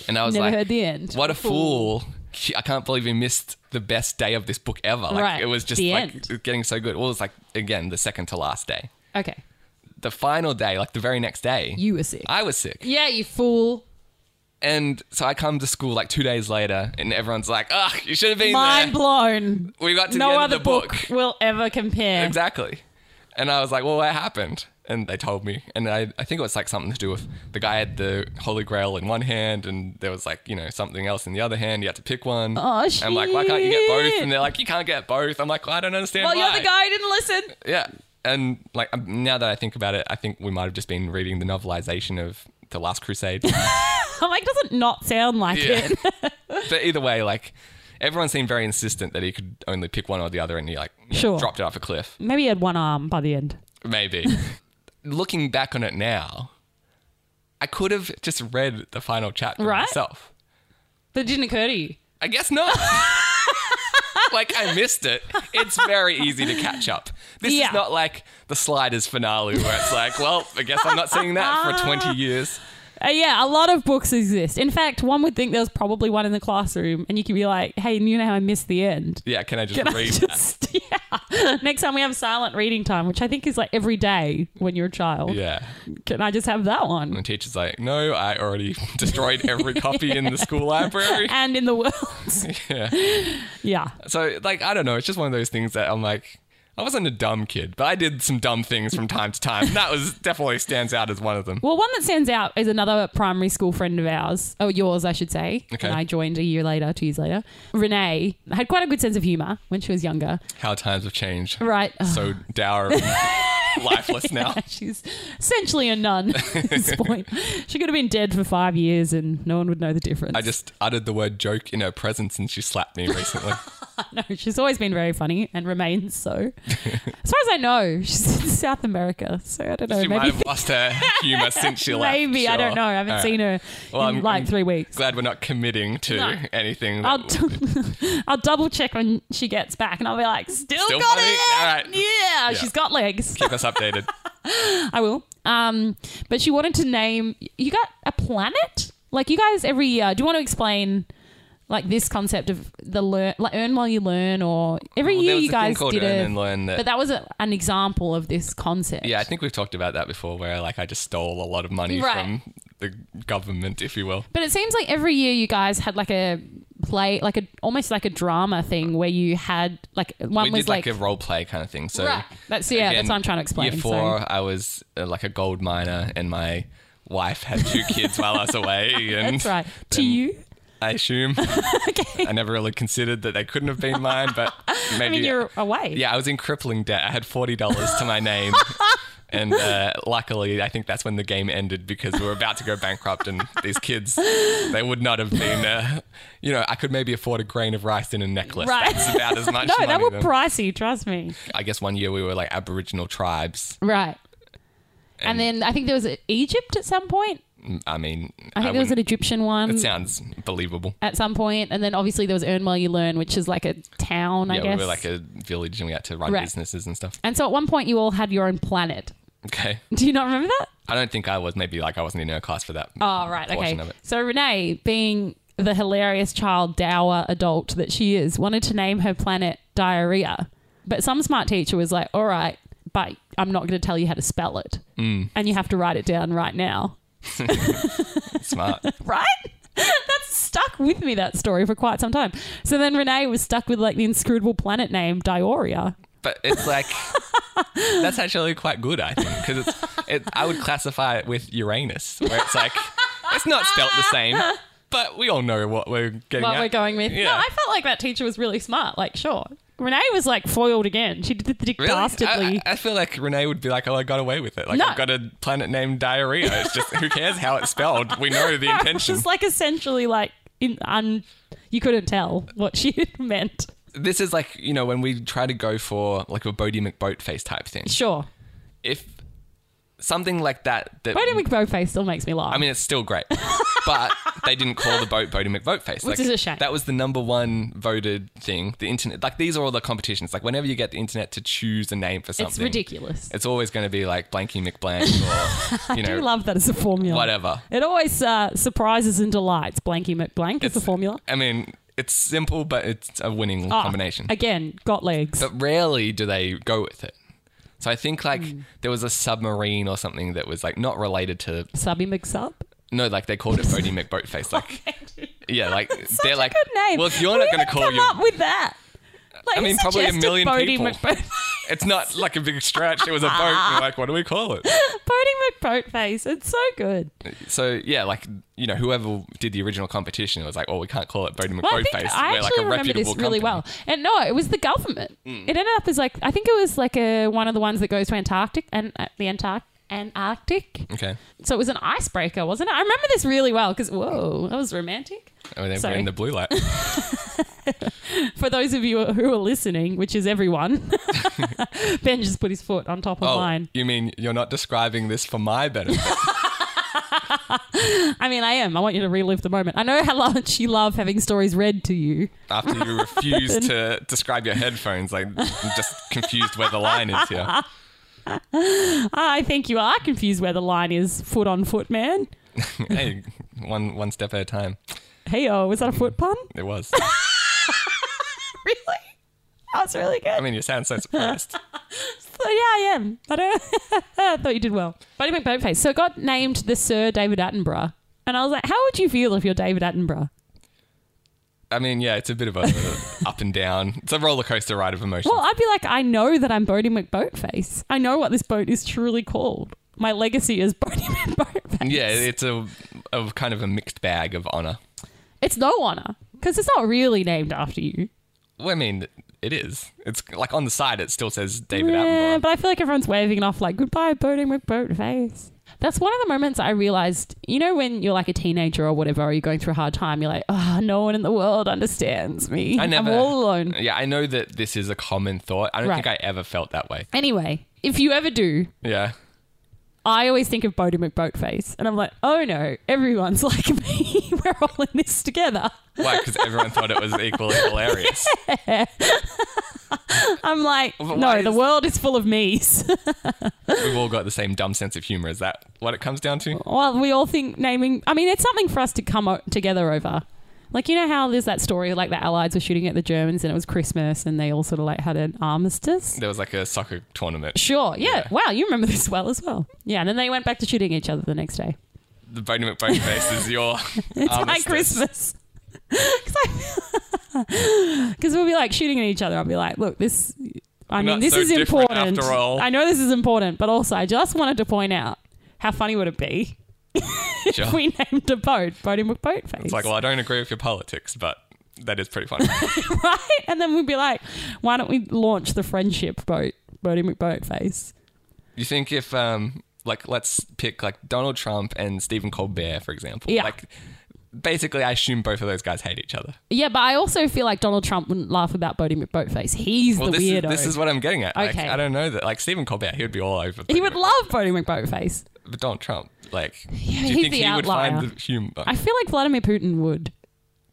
and i was Never like heard the end. what a fool She- i can't believe he missed the best day of this book ever like Right. it was just The like end. getting so good well it was like again the second to last day Okay. the final day like the very next day You were sick. i was sick yeah, you fool. And so I come to school like two days later, and everyone's like, "Ah, you should have been Mind there." blown. We got to no the end other of the book. will ever compare. Exactly. And I was like, "Well, what happened?" And they told me, and I, I think it was like something to do with the guy had the Holy Grail in one hand, and there was like you know something else in the other hand. You had to pick one. Aw, I'm like, "Why can't you get both?" shit. And they're like, "You can't get both." I'm like, "Well, "I don't understand." Well, why." you're the guy who didn't [laughs] listen. Yeah. And like um, now that I think about it, I think we might have just been reading the novelization of The Last Crusade. I'm like, doesn't not sound like Yeah. [laughs] it. but either way, like everyone seemed very insistent that he could only pick one or the other, and he like you know, Sure. dropped it off a [laughs] cliff. Maybe he had one arm by the end. Maybe. Looking back on it now, I could have just read the final chapter Right? myself. But it didn't occur to you. I guess [laughs] not. like I missed it. It's very easy to catch up. This Yeah. is not like the Sliders finale where it's like, well, I guess I'm not seeing that for 20 years. Uh, yeah, a lot of books exist. In fact, one would think there was probably one in the classroom, and you could be like, hey, you know how I missed the end? [laughs] Yeah, can I just And I read that? just- yeah. Next time we have silent reading time, which I think is like every day when you're a child. Yeah. Can I just have that one? [laughs] And the teacher's like, no, I already [laughs] destroyed every copy in the school library. And in the world. Yeah. [laughs] yeah. So, like, I don't know. It's just one of those things that I'm like, I wasn't a dumb kid, but I did some dumb things from time to time. That was definitely stands out as one of them. Well, one that stands out is another primary school friend of ours. Oh, yours, I should say. Okay. And I joined a year later, two years later. Renee had quite a good sense of humor when she was younger. How times have changed. Right. [laughs] So dour and lifeless now. She's essentially a nun at [laughs] this point. She could have been dead for five years and no one would know the difference. I just uttered the word joke in her presence and she slapped me recently. [laughs] No, she's always been very funny and remains so. as far as I know, [laughs] she's in South America, [laughs] so I don't know. she might maybe [laughs] have lost her humor since she left. maybe I sure. don't know. I haven't All right. seen her Well, in I'm- like I'm three weeks. Glad we're not committing to No. anything. I'll, d- [laughs] I'll double check when she gets back, and I'll be like, still, Still got funny? it. All right. Yeah, she's got legs. keep us updated. [laughs] I will. Um, but she wanted to name. You got a planet? Like you guys every year. Do you want to explain? Like this concept of the learn, like earn while you learn, or every Well, year there was you a thing guys called did Earn a- and Learn that- but that was a, an example of this concept. Yeah, I think we've talked about that before where like I just stole a lot of money Right. from the government, if you will. But it seems like every year you guys had like a play, like a almost like a drama thing where you had like one we was did like, a role play kind of thing. So Right. That's- yeah, that's again, what I'm trying to explain, Year sorry. four, I was uh, like a gold miner, and my wife had two kids while I was away. [laughs] And that's right to then you. I [laughs] assume. I never really considered that they couldn't have been mine, but maybe. [laughs] I mean, you're away. yeah, I was in crippling debt. I had forty dollars to [laughs] my name. And uh, luckily, I think that's when the game ended because we were about to go bankrupt, and these kids, they would not have been, uh, you know, I could maybe afford a grain of rice and a necklace. Right. That's about as [laughs] much No, money. that were then. pricey. Trust me. I guess one year we were like Aboriginal tribes. Right. And, then I think there was Egypt at some point. I mean, I think there was an wouldn't- Egyptian one It sounds believable. at some point, and then obviously there was Earn While You Learn, which is like a town, I yeah, guess. we were like a village, and we had to run Right. businesses and stuff. and so at one point you all had your own planet. [laughs] Okay, Do you not remember that? I don't think I was. Maybe like I wasn't in her class for that. Oh, right. portion Okay. of it. So Renee, being the hilarious child, dour adult that she is, wanted to name her planet Diarrhea. But some smart teacher was like, all right, but I'm not going to tell you how to spell it. Mm. And you have to write it down right now. Smart. right? [laughs] That's stuck with me that story for quite some time. So then Renee was stuck with like the inscrutable planet name Dioria. but it's like that's actually quite good, I think, because it's. It, I would classify it with Uranus, where it's like it's not spelt the same, but we all know what we're getting. What at. we're going with? No, Yeah. I felt like that teacher was really smart. Like, sure, Renee was like foiled again. She did the dick Really? dastardly. I, I feel like Renee would be like, "Oh, I got away with it. Like No. I've got a planet named Diarrhea. It's just who cares how it's spelled? We [laughs] know the intention." Just like essentially like in un you couldn't tell what she [laughs] meant. this is like you know when we try to go for like a Bodie McBoatface type thing. Sure. If something like that, that Bodie McBoatface still makes me laugh. I mean, it's still great, [laughs] but they didn't call the boat Bodie McBoatface, Which Like, is a shame. That was the number one voted thing. The internet, like these are all the competitions. Like whenever you get the internet to choose a name for something, it's ridiculous. It's always going to be like Blanky McBlank [laughs] or I you know do love that as a formula. whatever. It always uh, surprises and delights. Blanky McBlank is the formula. I mean, it's simple, but it's a winning Ah, combination. Again, got legs. but rarely do they go with it. So I think like Hmm. there was a submarine or something that was like not related to Subby [laughs] McSub. no, like they called it [laughs] Bodie McBoatface. Like yeah, like they're like good name. Well, if you're Who not going even to call come your up with that. Like, I mean, probably a suggested million Bodie people. McBoat- it's not like a big stretch. It was a boat. and we're like, what do we call it? [laughs] Bodie McBoatface. It's so good. So yeah, like you know, whoever did the original competition was like, oh, we can't call it Bodie Well, I McBoatface. think I We're actually like a remember this reputable really company. Hmm. well. And no, it was the government. It ended up as like I think it was like a one of the ones that goes to Antarctic and uh, the Antarctic. Antarctic. Okay, So it was an icebreaker, wasn't it? I remember this really well because, whoa, that was romantic. oh, then we're Sorry. in the [laughs] blue light. For those of you who are listening, which is everyone, [laughs] Ben just put his foot on top of Oh, mine. you mean you're not describing this for my benefit? I mean, I am. I want you to relive the moment. I know how much you love having stories read to you. after [laughs] you refuse to describe your headphones. Like, I'm just confused where the line is here. [laughs] I think you are confused where the line is foot on foot, man. Hey, one one step at a time. Hey, oh, was that a foot pun? It was. [laughs] really? That was really good. I mean, you sound so surprised. So, yeah, I am. I don't. [laughs] I thought you did well. Buddy McBoneface. So it got named the Sir David Attenborough, and I was like, how would you feel if you're David Attenborough? I mean, yeah, it's a bit of a up and down. It's a roller coaster ride of emotions. Well, I'd be like, I know that I'm Bodie McBoatface. I know what this boat is truly called. My legacy is [laughs] Bodie McBoatface. yeah, it's a, a kind of a mixed bag of honor. it's no honor because it's not really named after you. Well, I mean, it is. It's like on the side, it still says David Yeah, Attenborough. but I feel like everyone's waving it off like goodbye, boating McBoatface. That's one of the moments I realized, you know, when you're like a teenager or whatever, or you're going through a hard time, you're like, oh, no one in the world understands me. I never. I'm all alone. Yeah, I know that this is a common thought. I don't Right. think I ever felt that way. Anyway, if you ever do, Yeah. I always think of Bodie McBoatface, and I'm like, oh no, everyone's [laughs] like me. We're all in this together. Why? Because everyone thought [laughs] it was equally hilarious. I'm like, But no, why the is- world is full of me's. We've all got the same dumb sense of humor. Is that what it comes down to? Well, we all think naming. I mean, it's something for us to come o- together over. Like you know how there's that story like the Allies were shooting at the Germans and it was Christmas and they all sort of like had an armistice. There was like a soccer tournament. Sure, yeah. Wow, you remember this well as well. Yeah, and then they went back to shooting each other the next day. The Bodie McBone face is your [laughs] It's my armistice. Christmas. [laughs] Because we'll be like shooting at each other. I'll be like, look, this. I mean, not this so is different important. after all. I know this is important, but also I just wanted to point out how funny would it be [laughs] Sure. if we named a boat Bodie McBoatface. It's like, well, I don't agree with your politics, but that is pretty funny. right? And then we'd be like, why don't we launch the friendship boat, Bodie McBoatface? you think if, um, like, let's pick like Donald Trump and Stephen Colbert, for example. Yeah. Like, basically, I assume both of those guys hate each other. Yeah, but I also feel like Donald Trump wouldn't laugh about Bodie McBoatface. He's Well, the this is, weirdo. this is what I'm getting at. Like, Okay. I don't know that. Like, Stephen Colbert, he would be all over. he Bodie would Mc- love Bodie McBoatface. But Donald Trump, like, do he's you think the he would outlier. find the humor? I feel like Vladimir Putin would. [laughs]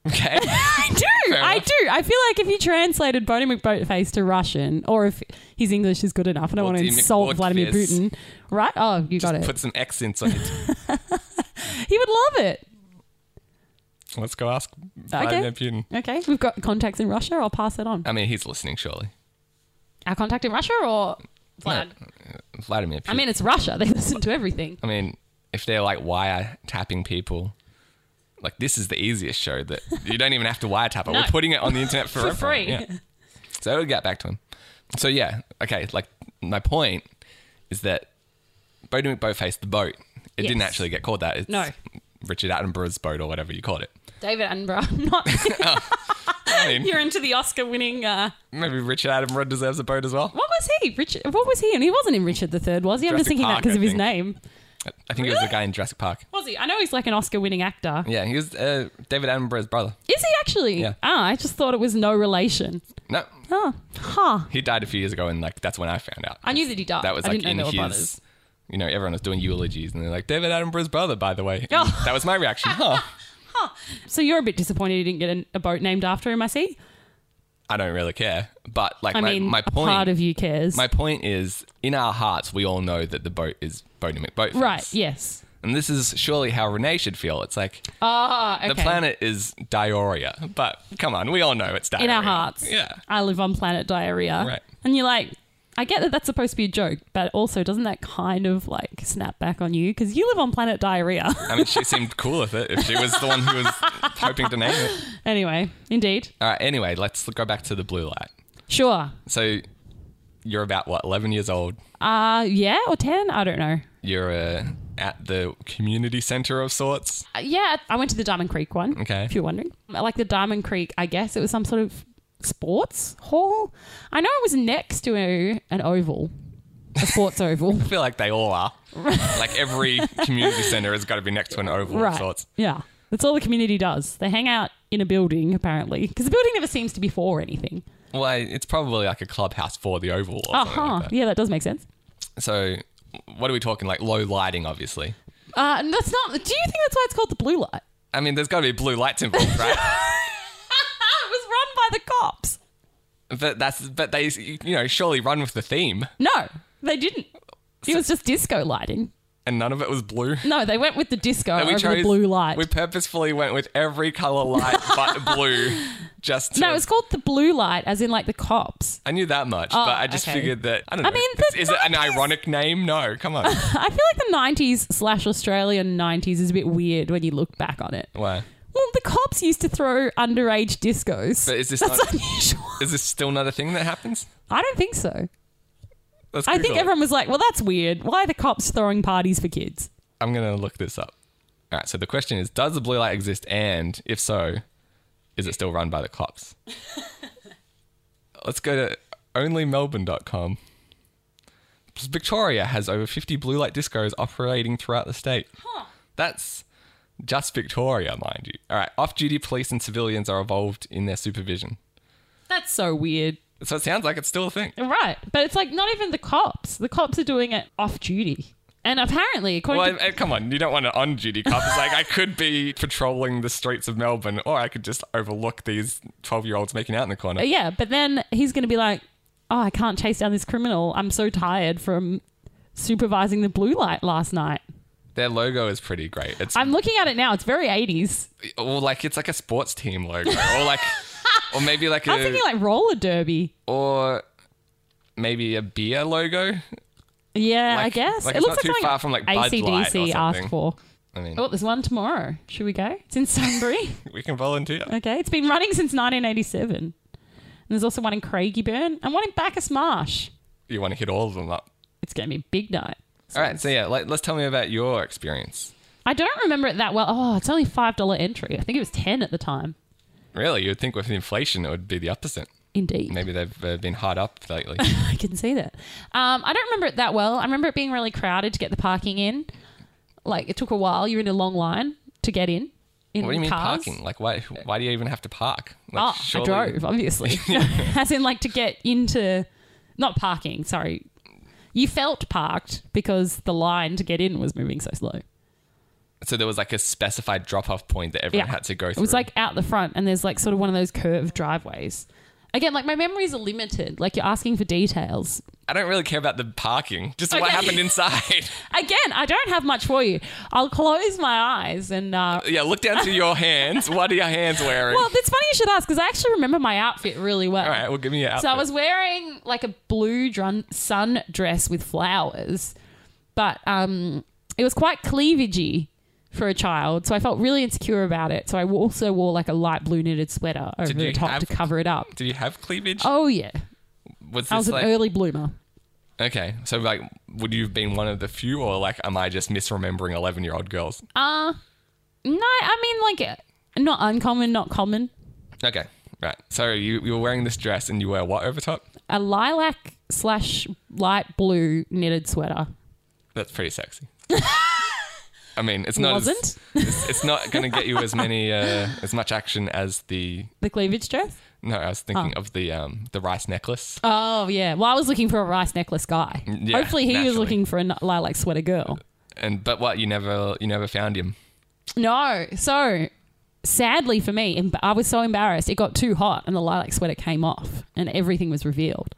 Okay. I do. Fair I enough. do. I feel like if you translated Bodie McBoatface to Russian, or if his English is good enough, I don't want to Bodie insult Vladimir McBoatface. Putin, right? Oh, you [laughs] got it. Put some accents on it. he would love it. Let's go ask Vladimir Putin. Okay, we've got contacts in Russia. I'll pass that on. I mean, he's listening, surely. Our contact in Russia or Vlad? Vladimir Putin. I mean, it's Russia. They listen to everything. I mean, if they're like wiretapping people, like this is the easiest show that you don't even have to [laughs] wiretap it. No. We're putting it on the internet for, For free. [laughs] everyone. Yeah. So it'll get back to him. So yeah, okay. Like my point is that Bodie McBoatface, the boat, it didn't Yes. actually get called that. It's No. [laughs] Richard Attenborough's boat or whatever you called it. David Attenborough, not I [laughs] mean, You're into the Oscar winning. Uh, maybe Richard Attenborough deserves a boat as well. what was he? Richard. What was he? And he wasn't in Richard the Third, was he? I'm just Jurassic thinking that Park, because I of his think. name. I think it was the guy in Jurassic Park. Was he? I know he's like an Oscar winning actor. Yeah, he was uh, David Attenborough's brother. Is he actually? Yeah. Ah, I just thought it was no relation. No, Oh, huh. he died a few years ago, and like that's when I found out. I knew that he died. that was Uh, I like didn't in know they were his. brothers. You know, everyone was doing eulogies, and they're like, "David Attenborough's brother," by the way. And Oh. That was [laughs] my reaction. Huh? So you're a bit disappointed you didn't get an- a boat named after him, I see. I don't really care, but like I my, mean, my a point. part of you cares. my point is, in our hearts, we all know that the boat is Bodie McBoatface. right, yes. And this is surely how Renee should feel. It's like Ah, okay. the planet is Dioria, but come on, we all know it's Dioria In our hearts. Yeah. I live on planet diarrhea. Right. And you're like, I get that that's supposed to be a joke, but also doesn't that kind of like snap back on you? Because you live on planet diarrhea. [laughs] I mean, she seemed cool with it if she was the one who was hoping to name it. anyway, indeed. All right. Anyway, let's go back to the blue light. Sure. So you're about what, 11 years old? Uh, yeah, or 10? I don't know. You're uh, at the community center of sorts. Uh, yeah, I went to the Diamond Creek one. Okay. If you're wondering. I Like the Diamond Creek, I guess it was some sort of sports hall. I know it was next to a, an oval, a sports [laughs] oval. I feel like they all are. like every [laughs] community center has got to be next to an oval Right. of sorts. Yeah. That's all the community does. They hang out in a building, apparently, because the building never seems to be for anything. Well, I- it's probably like a clubhouse for the oval. Or Uh something like huh. that. Yeah, that does make sense. So, what are we talking? Like low lighting, obviously. Uh, and that's not. Do you think that's why it's called the blue light? [laughs] I mean, there's got to be blue lights involved, right? it was run by the cops. but that's but they you know surely run with the theme, No, they didn't. It was just disco lighting. and none of it was blue. No, they went with the disco And over the blue light. We purposefully went with every color light but blue, [laughs] just to, no, it's called the blue light, as in like the cops. [laughs] I knew that much, Oh, but I just okay. figured that I don't know. I mean, is, the is it an 90s ironic name? No, come [laughs] on. I feel like the '90s slash Australian '90s is a bit weird when you look back on it. Why? Well, the cops used to throw underage discos. But is this that's [laughs] not- unusual? Is this still not a thing that happens? I don't think so. Let's I Google think it. everyone was like, "Well, that's weird. Why are the cops throwing parties for kids?" I'm gonna look this up. All right. So the question is, does the blue light exist, and if so, is it still run by the [laughs] cops? Let's go to onlymelbourne.com. Victoria has over 50 blue light discos operating throughout the state. That's just Victoria, mind you. All right. Off-duty police and civilians are involved in their supervision. That's so weird. So it sounds like it's still a thing. Right. But it's like not even the cops. The cops are doing it off duty. And apparently, according Well, to. I- I- come on, you don't want an on-duty cop. It's like I could be patrolling the streets of Melbourne, or I could just overlook these twelve-year-olds making out in the corner. Uh, yeah, but then he's going to be like, oh, I can't chase down this criminal. I'm so tired from supervising the blue light last night. Their logo is pretty great. It's I'm looking at it now. It's very 80s. or like it's like a sports team logo, or like, or maybe [laughs] like I was a, thinking like roller derby. or maybe a beer logo. Yeah, I Like- guess. like it it's looks not too like something far from, like, Bud Light or ACDC asked something. for. I mean, Oh, there's one tomorrow. Should we go? It's in [laughs] Sunbury. we can volunteer. Okay, it's been running since 1987. And there's also one in Craigieburn and one in Bacchus Marsh. You want to hit all of them up. It's going to be a big night. All right, so yeah, let, let's tell me about your experience. I don't remember it that well. Oh, it's only $5 entry. I think it was 10 at the time. Really, you'd think with inflation it would be the opposite. Indeed. Maybe they've uh, been hard up lately. [laughs] I can see that. Um, I don't remember it that well. I remember it being really crowded to get the parking in. Like, it took a while. You're in a long line to get in. in What do you mean cars. parking? Like, why? Why do you even have to park? Oh, Like, surely- I drove, obviously. [laughs] As in, like, to get into, not parking, sorry. You felt parked because the line to get in was moving so slow. So there was like a specified drop-off point that everyone had to go It through. was like out the front, and there's like sort of one of those curved driveways. Again, like my memories are limited. Like you're asking for details. I don't really care about the parking. Just what Okay. happened inside. [laughs] Again, I don't have much for you. I'll close my eyes and. Uh, yeah, look down to your hands. What are your hands wearing? well, it's funny you should ask because I actually remember my outfit really well. All right, well, give me your outfit. So I was wearing like a blue drun- sun dress with flowers, but um, it was quite cleavagey for a child. So I felt really insecure about it. So I also wore like a light blue knitted sweater over you the top have- to cover it up. Did you have cleavage? Oh yeah, was this I was an like early bloomer. okay? So like, would you have been one of the few, or like, am I just misremembering eleven-year-old girls? Uh, no, I mean like not uncommon, not common. okay, Right. So you, you were wearing this dress and you wear what over top? A lilac slash light blue knitted sweater. That's [laughs] pretty sexy. I mean, it's not Wasn't As, it's, it's not going to get you as many uh, as much action as the the cleavage dress? no. I was thinking of the um the rice necklace. Oh yeah. Well, I was looking for a rice necklace guy. Mm, yeah, Hopefully, he was naturally. looking for a n- lilac sweater girl. And but what you never you never found him. No. So, sadly for me, em- I was so embarrassed. It got too hot, and the lilac sweater came off, and everything was revealed.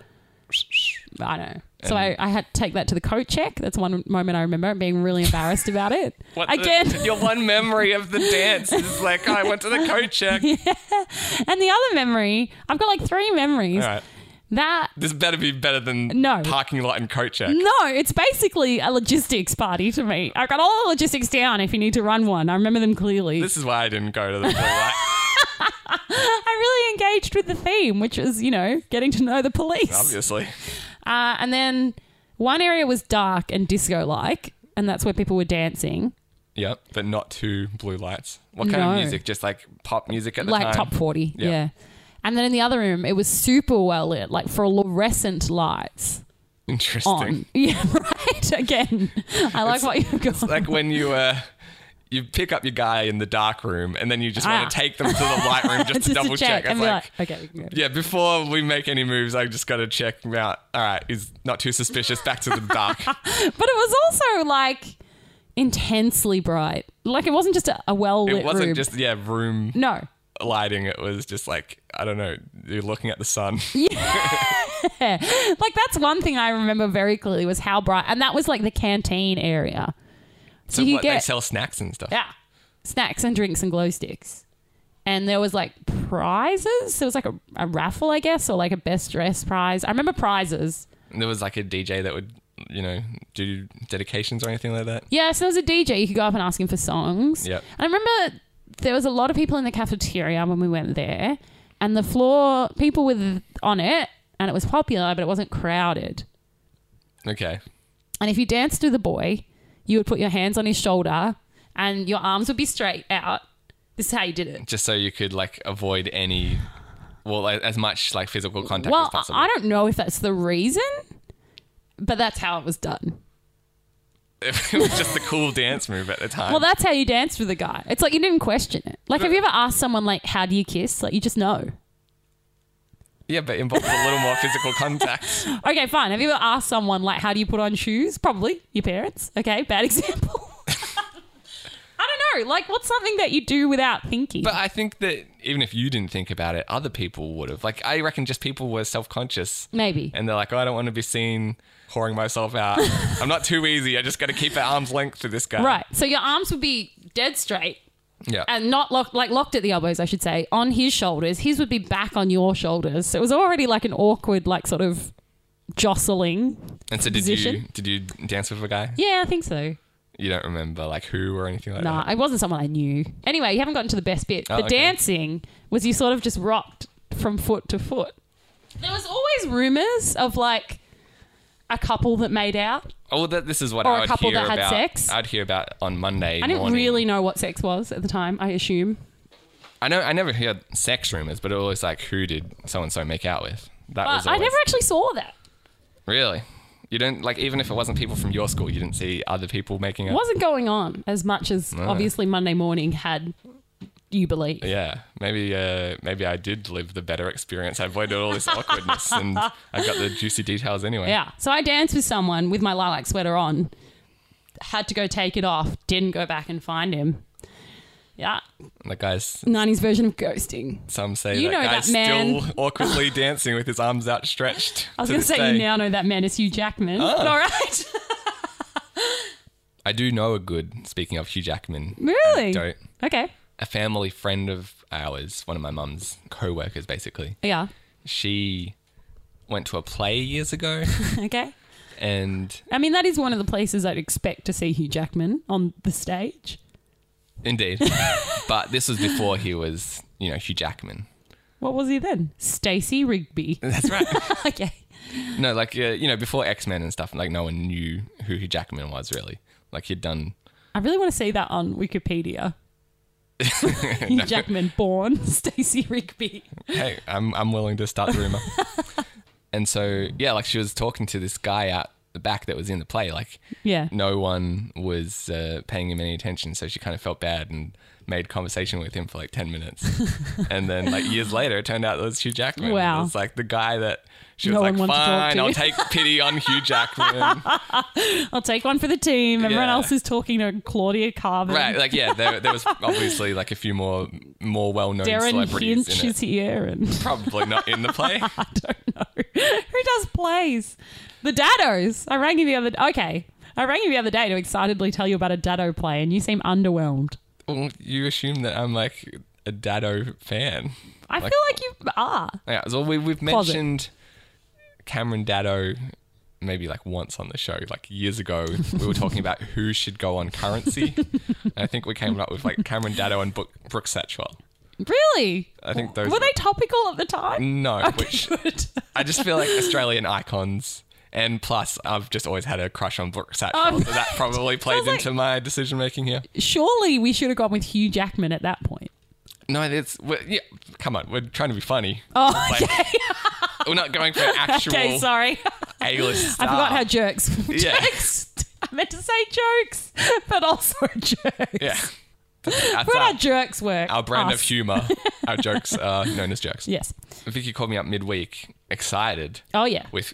I know. So I, I had to take that to the coat check. That's one moment I remember being really embarrassed about it. [laughs] What the- Again, your one memory of the dance is like "Oh, I went to [laughs] the coat check. and the other memory, I've got like three memories. All right. That This better be better than No. parking lot and coat check. No, it's basically a logistics party to me. I've got all the logistics down if you need to run one. I remember them clearly. This is why I didn't go to the blue [laughs] light. I really engaged with the theme, which was, you know, getting to know the police. Obviously, Uh, and then one area was dark and disco like, and that's where people were dancing, yep, but not two blue lights. What kind No. of music? Just like pop music at the like time. top 40. Yeah. Yeah. And then in the other room, it was super well lit, like fluorescent lights Interesting. on. [laughs] Yeah, right. Again, I like what you've got. [laughs] like when you uh you pick up your guy in the dark room and then you just Ah. want to take them to the [laughs] light room just, to double check. It's and be like, like, okay, we can go. yeah, before we make any moves, I just got to check him out. All right, he's not too suspicious. Back to the [laughs] dark. But it was also like intensely bright. Like it wasn't just a, a well lit it room. wasn't just yeah room no. lighting. It was just like I don't know. You're looking at [laughs] the sun. Like that's one thing I remember very clearly was how bright, and that was like the canteen area. so you what they get- sell snacks and stuff. Yeah, snacks and drinks and glow sticks, and there was like prizes. There was like a, a raffle, I guess, or like a best dress prize. I remember prizes. And there was like a DJ that would you know do dedications or anything like that. Yeah, so there was a DJ. You could go up and ask him for songs. Yep. And I remember there was a lot of people in the cafeteria when we went there, and the floor people were on it, and it was popular, but it wasn't crowded. Okay. And if you danced to the boy, you would put your hands on his shoulder, and your arms would be straight out. This is how you did it. Just so you could like avoid any, well, like, as much like physical contact as Well, I possible. I don't know if that's the reason, but that's how it was done. it was just a cool dance move at the time. Well, that's how you danced with a guy. It's like you didn't question it. Like, have you ever asked someone like, "How do you kiss?" Like, you just know. yeah, but it involves a little more physical contact. Okay, fine. Have you ever asked someone like, "How do you put on shoes?" Probably your parents. Okay, bad [laughs] example. I don't know. Like, what's something that you do without thinking? [laughs] But I think that even if you didn't think about it, other people would have. Like, I reckon just people were self conscious. Maybe. And they're like, oh, I don't want to be seen whoring myself [laughs] out. I'm not too easy. I just got to keep at arm's length to this guy. right. So your arms would be dead straight Yeah. and not locked, like locked at the elbows, I should say, on his shoulders. His would be back on your shoulders. So it was already like an awkward, like sort of jostling. and so did you position. did you dance with a guy? Yeah, I think so. You don't remember like who or anything like Nah, that. it wasn't someone I knew. Anyway, you haven't gotten to the best bit. Oh, the okay. dancing was you sort of just rocked from foot to foot. There was always rumors of like a couple that made out. Oh, that this is what Or I a would couple hear that had about. sex. I'd hear about on Monday I didn't morning. really know what sex was at the time, I assume. I know. I never heard sex rumors, but it was always like, who did so and so make out with? That But was. I always- never actually saw that. Really? You don't like even if it wasn't people from your school, you didn't see other people making It it. wasn't going on as much as obviously Monday morning had you believe. Yeah, maybe uh, maybe I did live the better experience. I avoided all this awkwardness, [laughs] and I got the juicy details anyway. Yeah. So I danced with someone with my lilac sweater on. Had to go take it off. Didn't go back and find him. Yeah. And the guy's 90s version of ghosting. some say You that know guy's that man. still awkwardly [laughs] dancing with his arms outstretched. I was to going to this say day. Ah. you now know that man is Hugh Jackman. But all [laughs] right. I do know a good. Speaking of Hugh Jackman, really? anecdote. Okay. a family friend of ours, one of my mum's co-workers, basically. Yeah. [laughs] She went to a play years [laughs] ago, Okay. and I mean, that is one of the places I'd expect to see Hugh Jackman on the stage. Indeed. [laughs] but this was before he was, you know, Hugh Jackman. What was he then? Stacy Rigby. [laughs] That's right. [laughs] okay. no, like, uh, you know, before X Men and stuff, like, no one knew who Hugh Jackman was really. Like, he'd done. [laughs] I really want to see that on Wikipedia. Hugh Jackman born [laughs] Stacey Rigby. hey, I'm, I'm willing to start [laughs] the rumor. and so, yeah, like she was talking to this guy out the back that was in the play. Like, Yeah. no one was uh, paying him any attention. So she kind of felt bad and made conversation with him for like 10 [laughs] minutes. and then, like, years later, it turned out it was Hugh Jackman. Wow. It was like the guy that she No was one like, wanted to talk fine, to." I'll take pity on Hugh [laughs] Jackman. I'll take one for the team. Everyone Yeah. else is talking to Claudia Carver. right. Like, yeah, there, there was obviously like a few more more well known Darren celebrities Hinch in it. is here, and Probably not in the play. [laughs] I don't know [laughs] who does plays. The Daddos. I rang you the other. Okay, I rang you the other day to excitedly tell you about a Daddo play, and you seem underwhelmed. Well, you assume that I'm like a Dado fan. I Like- feel like you are. Yeah, so we, we've Closet. mentioned Cameron Dado maybe like once on the show, like years ago. We were talking about who should go on [laughs] currency. and I think we came up with like Cameron Dado and Brooke, Brooke Satchwell. Really? I think those Were they topical at the [laughs] time? No, Okay, which good. I just feel like Australian icons. And plus, I've just always had a crush on Brooke Satchwell. Um, so that [laughs] probably sounds played like- into my decision making here. Surely we should have gone with Hugh Jackman at that point. No, it's. we're- Yeah, come on, we're trying to be funny. Oh, [laughs] Like, we're not going for an actual okay, sorry. [laughs] A-list I forgot star. how jerks. Ah. Yeah. jerks. I meant to say jokes, but also [laughs] jerks. Yeah. [laughs] That's We're our, not jerks work. our brand of Us. humor. [laughs] our jokes are known as jokes. Yes. Vicky called me up midweek, excited, Oh yeah. [laughs] with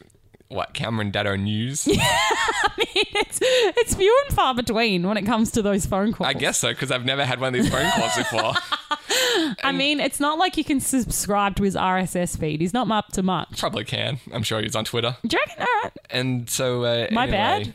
what, Cameron Dado news? it's it's few and far between when it comes to those phone calls. I guess so, because I've never had one of these phone [laughs] calls before. I mean, it's not like you can subscribe to his RSS feed. He's not up to much. Probably can. I'm sure he's on Twitter. Do you reckon? All right. And so, uh, My anyway,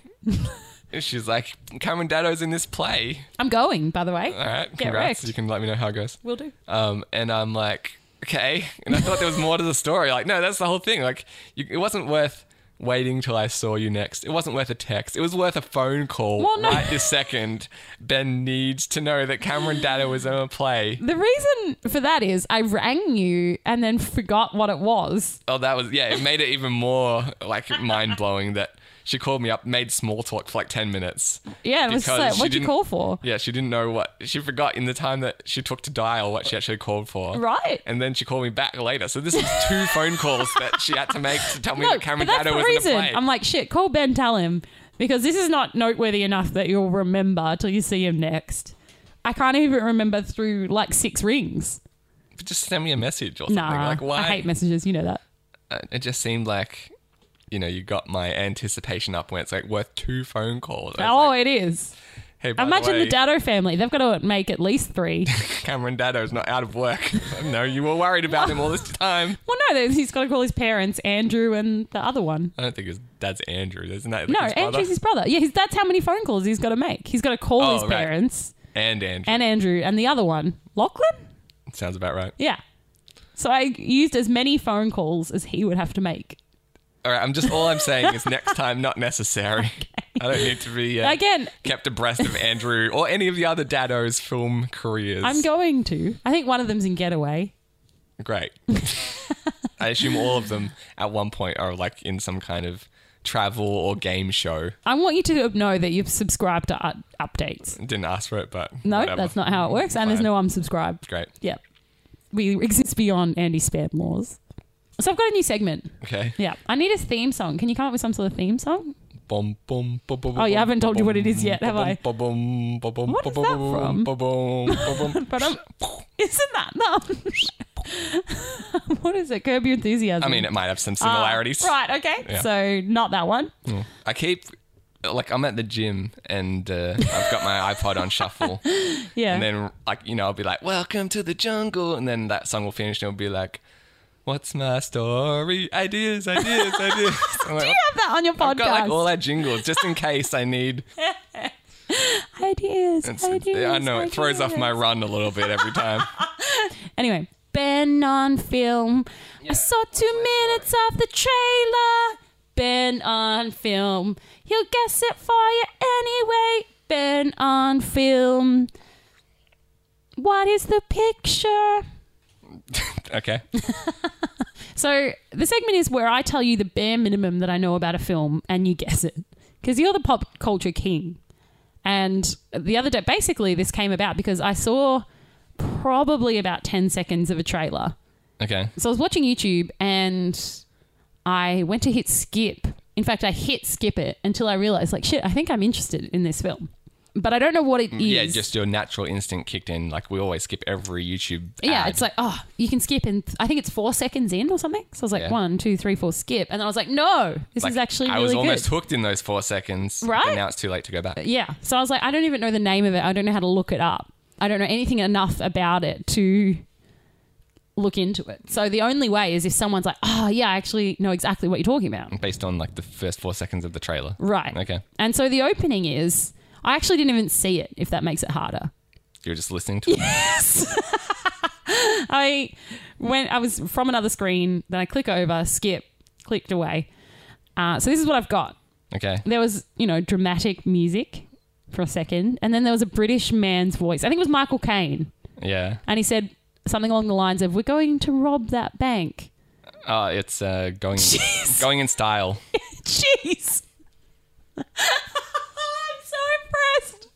She's like, Cameron Dado's in this play. [laughs] I'm going. By the way, All right, Get congrats. wrecked. You can let me know how it goes. we'll do. Um, and I'm like, okay. And I thought there was more to the story. Like, no, that's the whole thing. Like, you, it wasn't worth waiting till I saw you next. It wasn't worth a text. It was worth a phone call Well, no. right this second. Ben needs to know that Cameron Dada was on a play. The reason for that is I rang you and then forgot what it was. Oh, that was yeah. It made it even more like mind blowing that she called me up, made small talk for like ten minutes. Yeah, it was just Because like, she what'd you didn't- call for? Yeah, she didn't know what she forgot in the time that she took to dial what she actually called for. Right. And then she called me back later. So this is [laughs] two phone calls that she had to make to tell me No, that Cameron but that's Dado the was reason. in a play. I'm like, shit, call Ben, tell him. Because this is not noteworthy enough that you'll remember till you see him next. I can't even remember through like six rings. just send me a message or something. Nah, like why? I hate messages. You know that. Uh, it just seemed like you know you got my anticipation up when it's like worth two phone calls. I was oh, like, it is. hey, by Imagine the, the, way, Dado family. They've got to make at least [laughs] three. Cameron Dado's not out of work. [laughs] no, you were worried about him [laughs] all this time. well, no, there's- he's got to call his parents, Andrew and the other one. I don't think his dad's Andrew. Isn't that like No, his brother? Andrew's his brother. Yeah, he's, that's how many phone calls he's got to make. He's got to call Oh, his right. parents and Andrew. and Andrew and the other one, Lachlan. Sounds about right. Yeah. So I used as many phone calls as he would have to make. All right, I'm just all I'm [laughs] saying is next time not necessary. I don't need to be uh, Again- kept abreast of Andrew or any of the other Dado's film careers. I'm going to. I think one of them's in Getaway. Great. [laughs] I assume all of them at one point are like in some kind of travel or game show. I want you to know that you've subscribed to u- updates. Didn't ask for it, but No, whatever. that's not how it works. And there's Fine. no unsubscribe. great. Yep. We exist beyond anti spam laws. So I've got a new segment. Okay. Yeah. I need a theme song. Can you come up with some sort of theme song? Bum, bum, bum, bum, Oh, you bum, haven't told you bum, what it is yet, have bum, I? bum, bum, bum, bum, What is bum, that bum, from? bum, bum, bum, bum. But I'm, [laughs] isn't that them? [laughs] what is it? Curb your enthusiasm. I mean, it might [laughs] have some Ah, similarities. right. Okay. Yeah. So not that one. I keep like I'm at the gym and uh, I've got my iPod on shuffle, [laughs] Yeah. and then like you know I'll be like, "Welcome to the jungle," and then that song will finish and it'll be like, "What's my story? Ideas, ideas, [laughs] ideas." I'm like, you have that on your podcast. I've got like all our jingles just in case [laughs] I need. ideas, It's, ideas. I know it throws off my ideas. run a little bit [laughs] every time. Anyway, Ben on film. I saw two minutes of the trailer. Ben on film. He'll guess it for you anyway. Ben on film. What is the picture? okay, So the segment is where I tell you the bare minimum that I know about a film, and you guess it because you're the pop culture king. And the other day, basically, this came about because I saw probably about 10 seconds of a trailer. Okay. So I was watching YouTube and I went to hit skip. In fact, I hit skip it until I realized, like, shit, I think I'm interested in this film. But I don't know what it is. Mm, Yeah, just your natural instinct kicked in. Like we always skip every YouTube. Yeah, ad. it's like, oh, you can skip in, I think it's four seconds in or something. So I was like, Yeah. one, two, three, four, skip. And then I was like, no, this Like, is actually I really was good. almost hooked in those four seconds. Right? But now it's too late to go back. Yeah. So I was like, I don't even know the name of it. I don't know how to look it up. I don't know anything enough about it to look into it. So the only way is if someone's like, oh, yeah, I actually know exactly what you're talking about. Based on like the first four seconds of the trailer. Right. Mm, Okay. And so the opening is, I actually didn't even see it, if that makes it harder. You're just listening to it. I went. I was from another screen. Then I click over, skip, clicked away. Uh, so this is what I've got. Okay. There was you know dramatic music for a second, and then there was a British man's voice. I think it was Michael Caine, Yeah. and he said something along the lines of, "We're going to rob that bank." [laughs] Uh, it's uh, going going in style. Jeez. [laughs] I'm so impressed.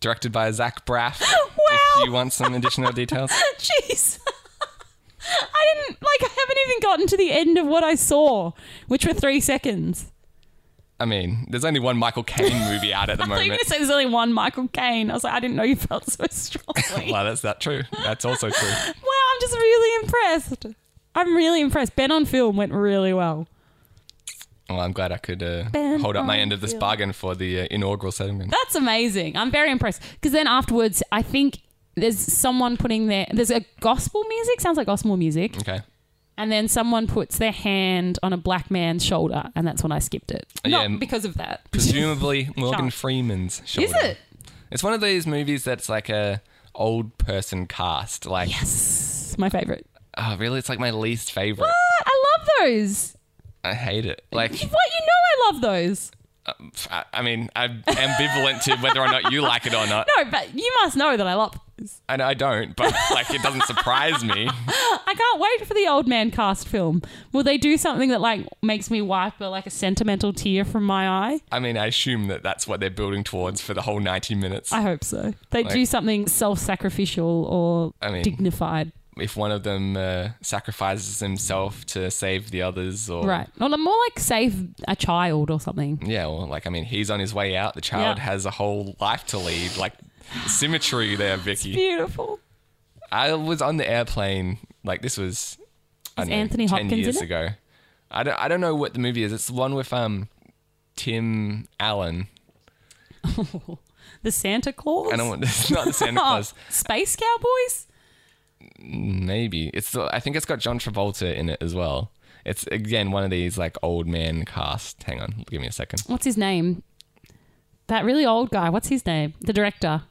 Directed by Zach [laughs] Braff. Wow. If you want some additional details, [laughs] Jeez. I didn't like I haven't even gotten to the end of what I saw, which were 3 seconds. I mean, there's only one Michael Caine movie out at [laughs] the I thought you were moment. going to say there's only one Michael Caine. I was like, I didn't know you felt so [laughs] [laughs] strongly. wow, Well, that's that true. That's also true. I'm just really impressed. I'm really impressed. Ben on film went really well. Well, I'm glad I could uh, Ben Ah. hold up my end of this Armfield. bargain for the uh, inaugural settlement. That's amazing. I'm very impressed. Because then afterwards, I think there's someone putting their there's a gospel music sounds like gospel music, Okay. and then someone puts their hand on a black man's shoulder, and that's when I skipped it. Not Yeah. because of that. Presumably Morgan Shark. Freeman's [laughs] shoulder. Is it? It's one of these movies that's like a old person cast. Like, Yes, my favorite. oh, really? It's like my least favorite. Ah, I love those. I [laughs] hate it. Like, What you know, I love those. I, I mean, I'm ambivalent to whether or not you like it or not. No, but you must know that I love those. And I don't, but like, it doesn't surprise me. I can't wait for the old man cast film. Will they do something that like makes me wipe a, like a sentimental tear from my eye? I mean, I assume that that's what they're building towards for the whole 90 minutes. I hope so. They do something self-sacrificial or I mean- dignified, if one of them uh, sacrifices himself to save the others, or right? Or more like save a child or something. yeah, well, like I mean, he's on his way out. The child Yeah. has a whole life to lead. Like symmetry there, Vicky. Beautiful. I was on the airplane. Like this was I don't know, Anthony ten Hopkins years in it? ago. I don't. I don't know what the movie is. It's the one with um Tim Allen. [laughs] The Santa Claus. I [laughs] don't want. [laughs] It's not the Oh. Santa Claus. Space Cowboys. Maybe it's. The, I think it's got John Travolta in it as well. It's again one of these like old man cast. Hang on, give me a second. What's his name? That really old guy. What's his name? The director.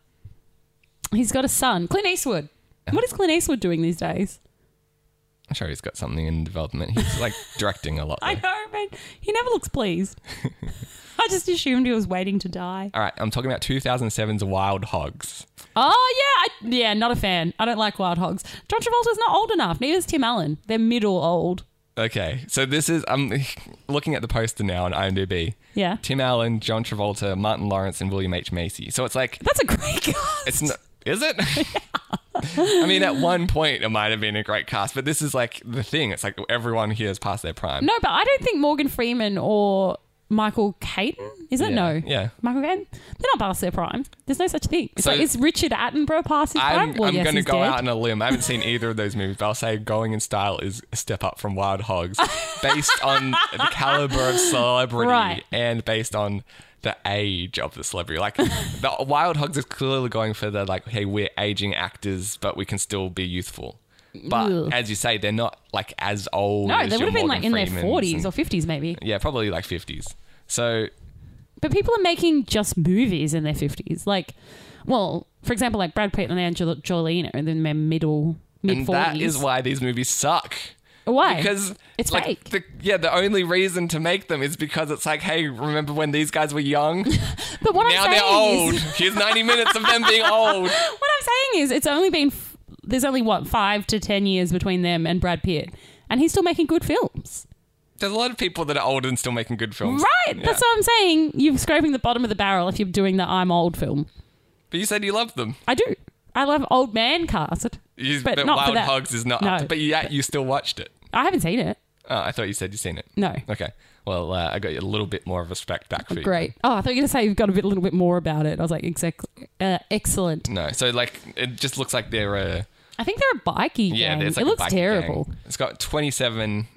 He's got a son, Clint Eastwood. What is Clint Eastwood doing these days? I'm sure he's got something in development. He's [laughs] like directing a lot. I though. know, man. He never looks [laughs] pleased. I just assumed he was waiting to die. All right, I'm talking about 2007's Wild Hogs. Oh yeah, I, yeah. Not a fan. I don't like wild hogs. John Travolta's not old enough. Neither is Tim Allen. They're middle old. Okay, so this is I'm [laughs] looking at the poster now on IMDb. Yeah, Tim Allen, John Travolta, Martin Lawrence, and William H Macy. So it's like that's a great [laughs] cast. it's not. Is [laughs] it? I mean, at one point it might have been a great cast, but this is like the thing. It's like everyone here is past their prime. no, but I don't think Morgan Freeman or Michael Caton is it? Yeah, No. yeah. Michael Caton. They're not past their prime. There's no such thing. It's So- like is Richard Attenborough past his I'm, prime? Well, I'm yes, going to he's go dead. out on a limb. I haven't seen either of those movies, but I'll say Going in Style is a step up from Wild [laughs] Hogs based on the caliber of celebrity Right. and based on the age of the [laughs] celebrity. Like, the Wild Hogs is clearly going for the, like, hey, we're aging actors, but we can still be youthful. But Ugh. as you say, they're not, like, as old no, as they would your have been like Morgan in their 40s Freemans and- or 50s maybe. Yeah, probably like 50s. So, But people are making just movies in their 50s. Like, well, for example, like Brad Pitt and Angela Jolie are in their middle, mid 40s. and that is why these movies suck. Why? because It's like, fake. The, yeah, the only reason to make them is because it's like, hey, remember when these guys [laughs] were young? but what now I'm they're saying old. Is, Here's 90 minutes of them [laughs] being old. what I'm saying is it's only been, f- there's only what, five to 10 years between them and Brad Pitt. And he's still making good films. There's a lot of people that are old and still making good films. Right. Yeah. That's what I'm saying. You're scraping the bottom of the barrel if you're doing the I'm old film. But you said you loved them. I do. I love Old Man Cast. You- But but not for Wild that. Hogs is not. No. up to- but yeah, you still watched it. I haven't seen it. Oh, I thought you said you'd seen it. No. Okay. Well, uh, I got you a little bit more of respect back for you. Great. Oh, I thought you were going to say you've got a bit, little bit more about it. I was like, exactly. Uh, excellent. No. So like, it just looks like they're uh, a I think they're a bikie yeah. gang. There's like it a looks bikie terrible. gang. It's got 27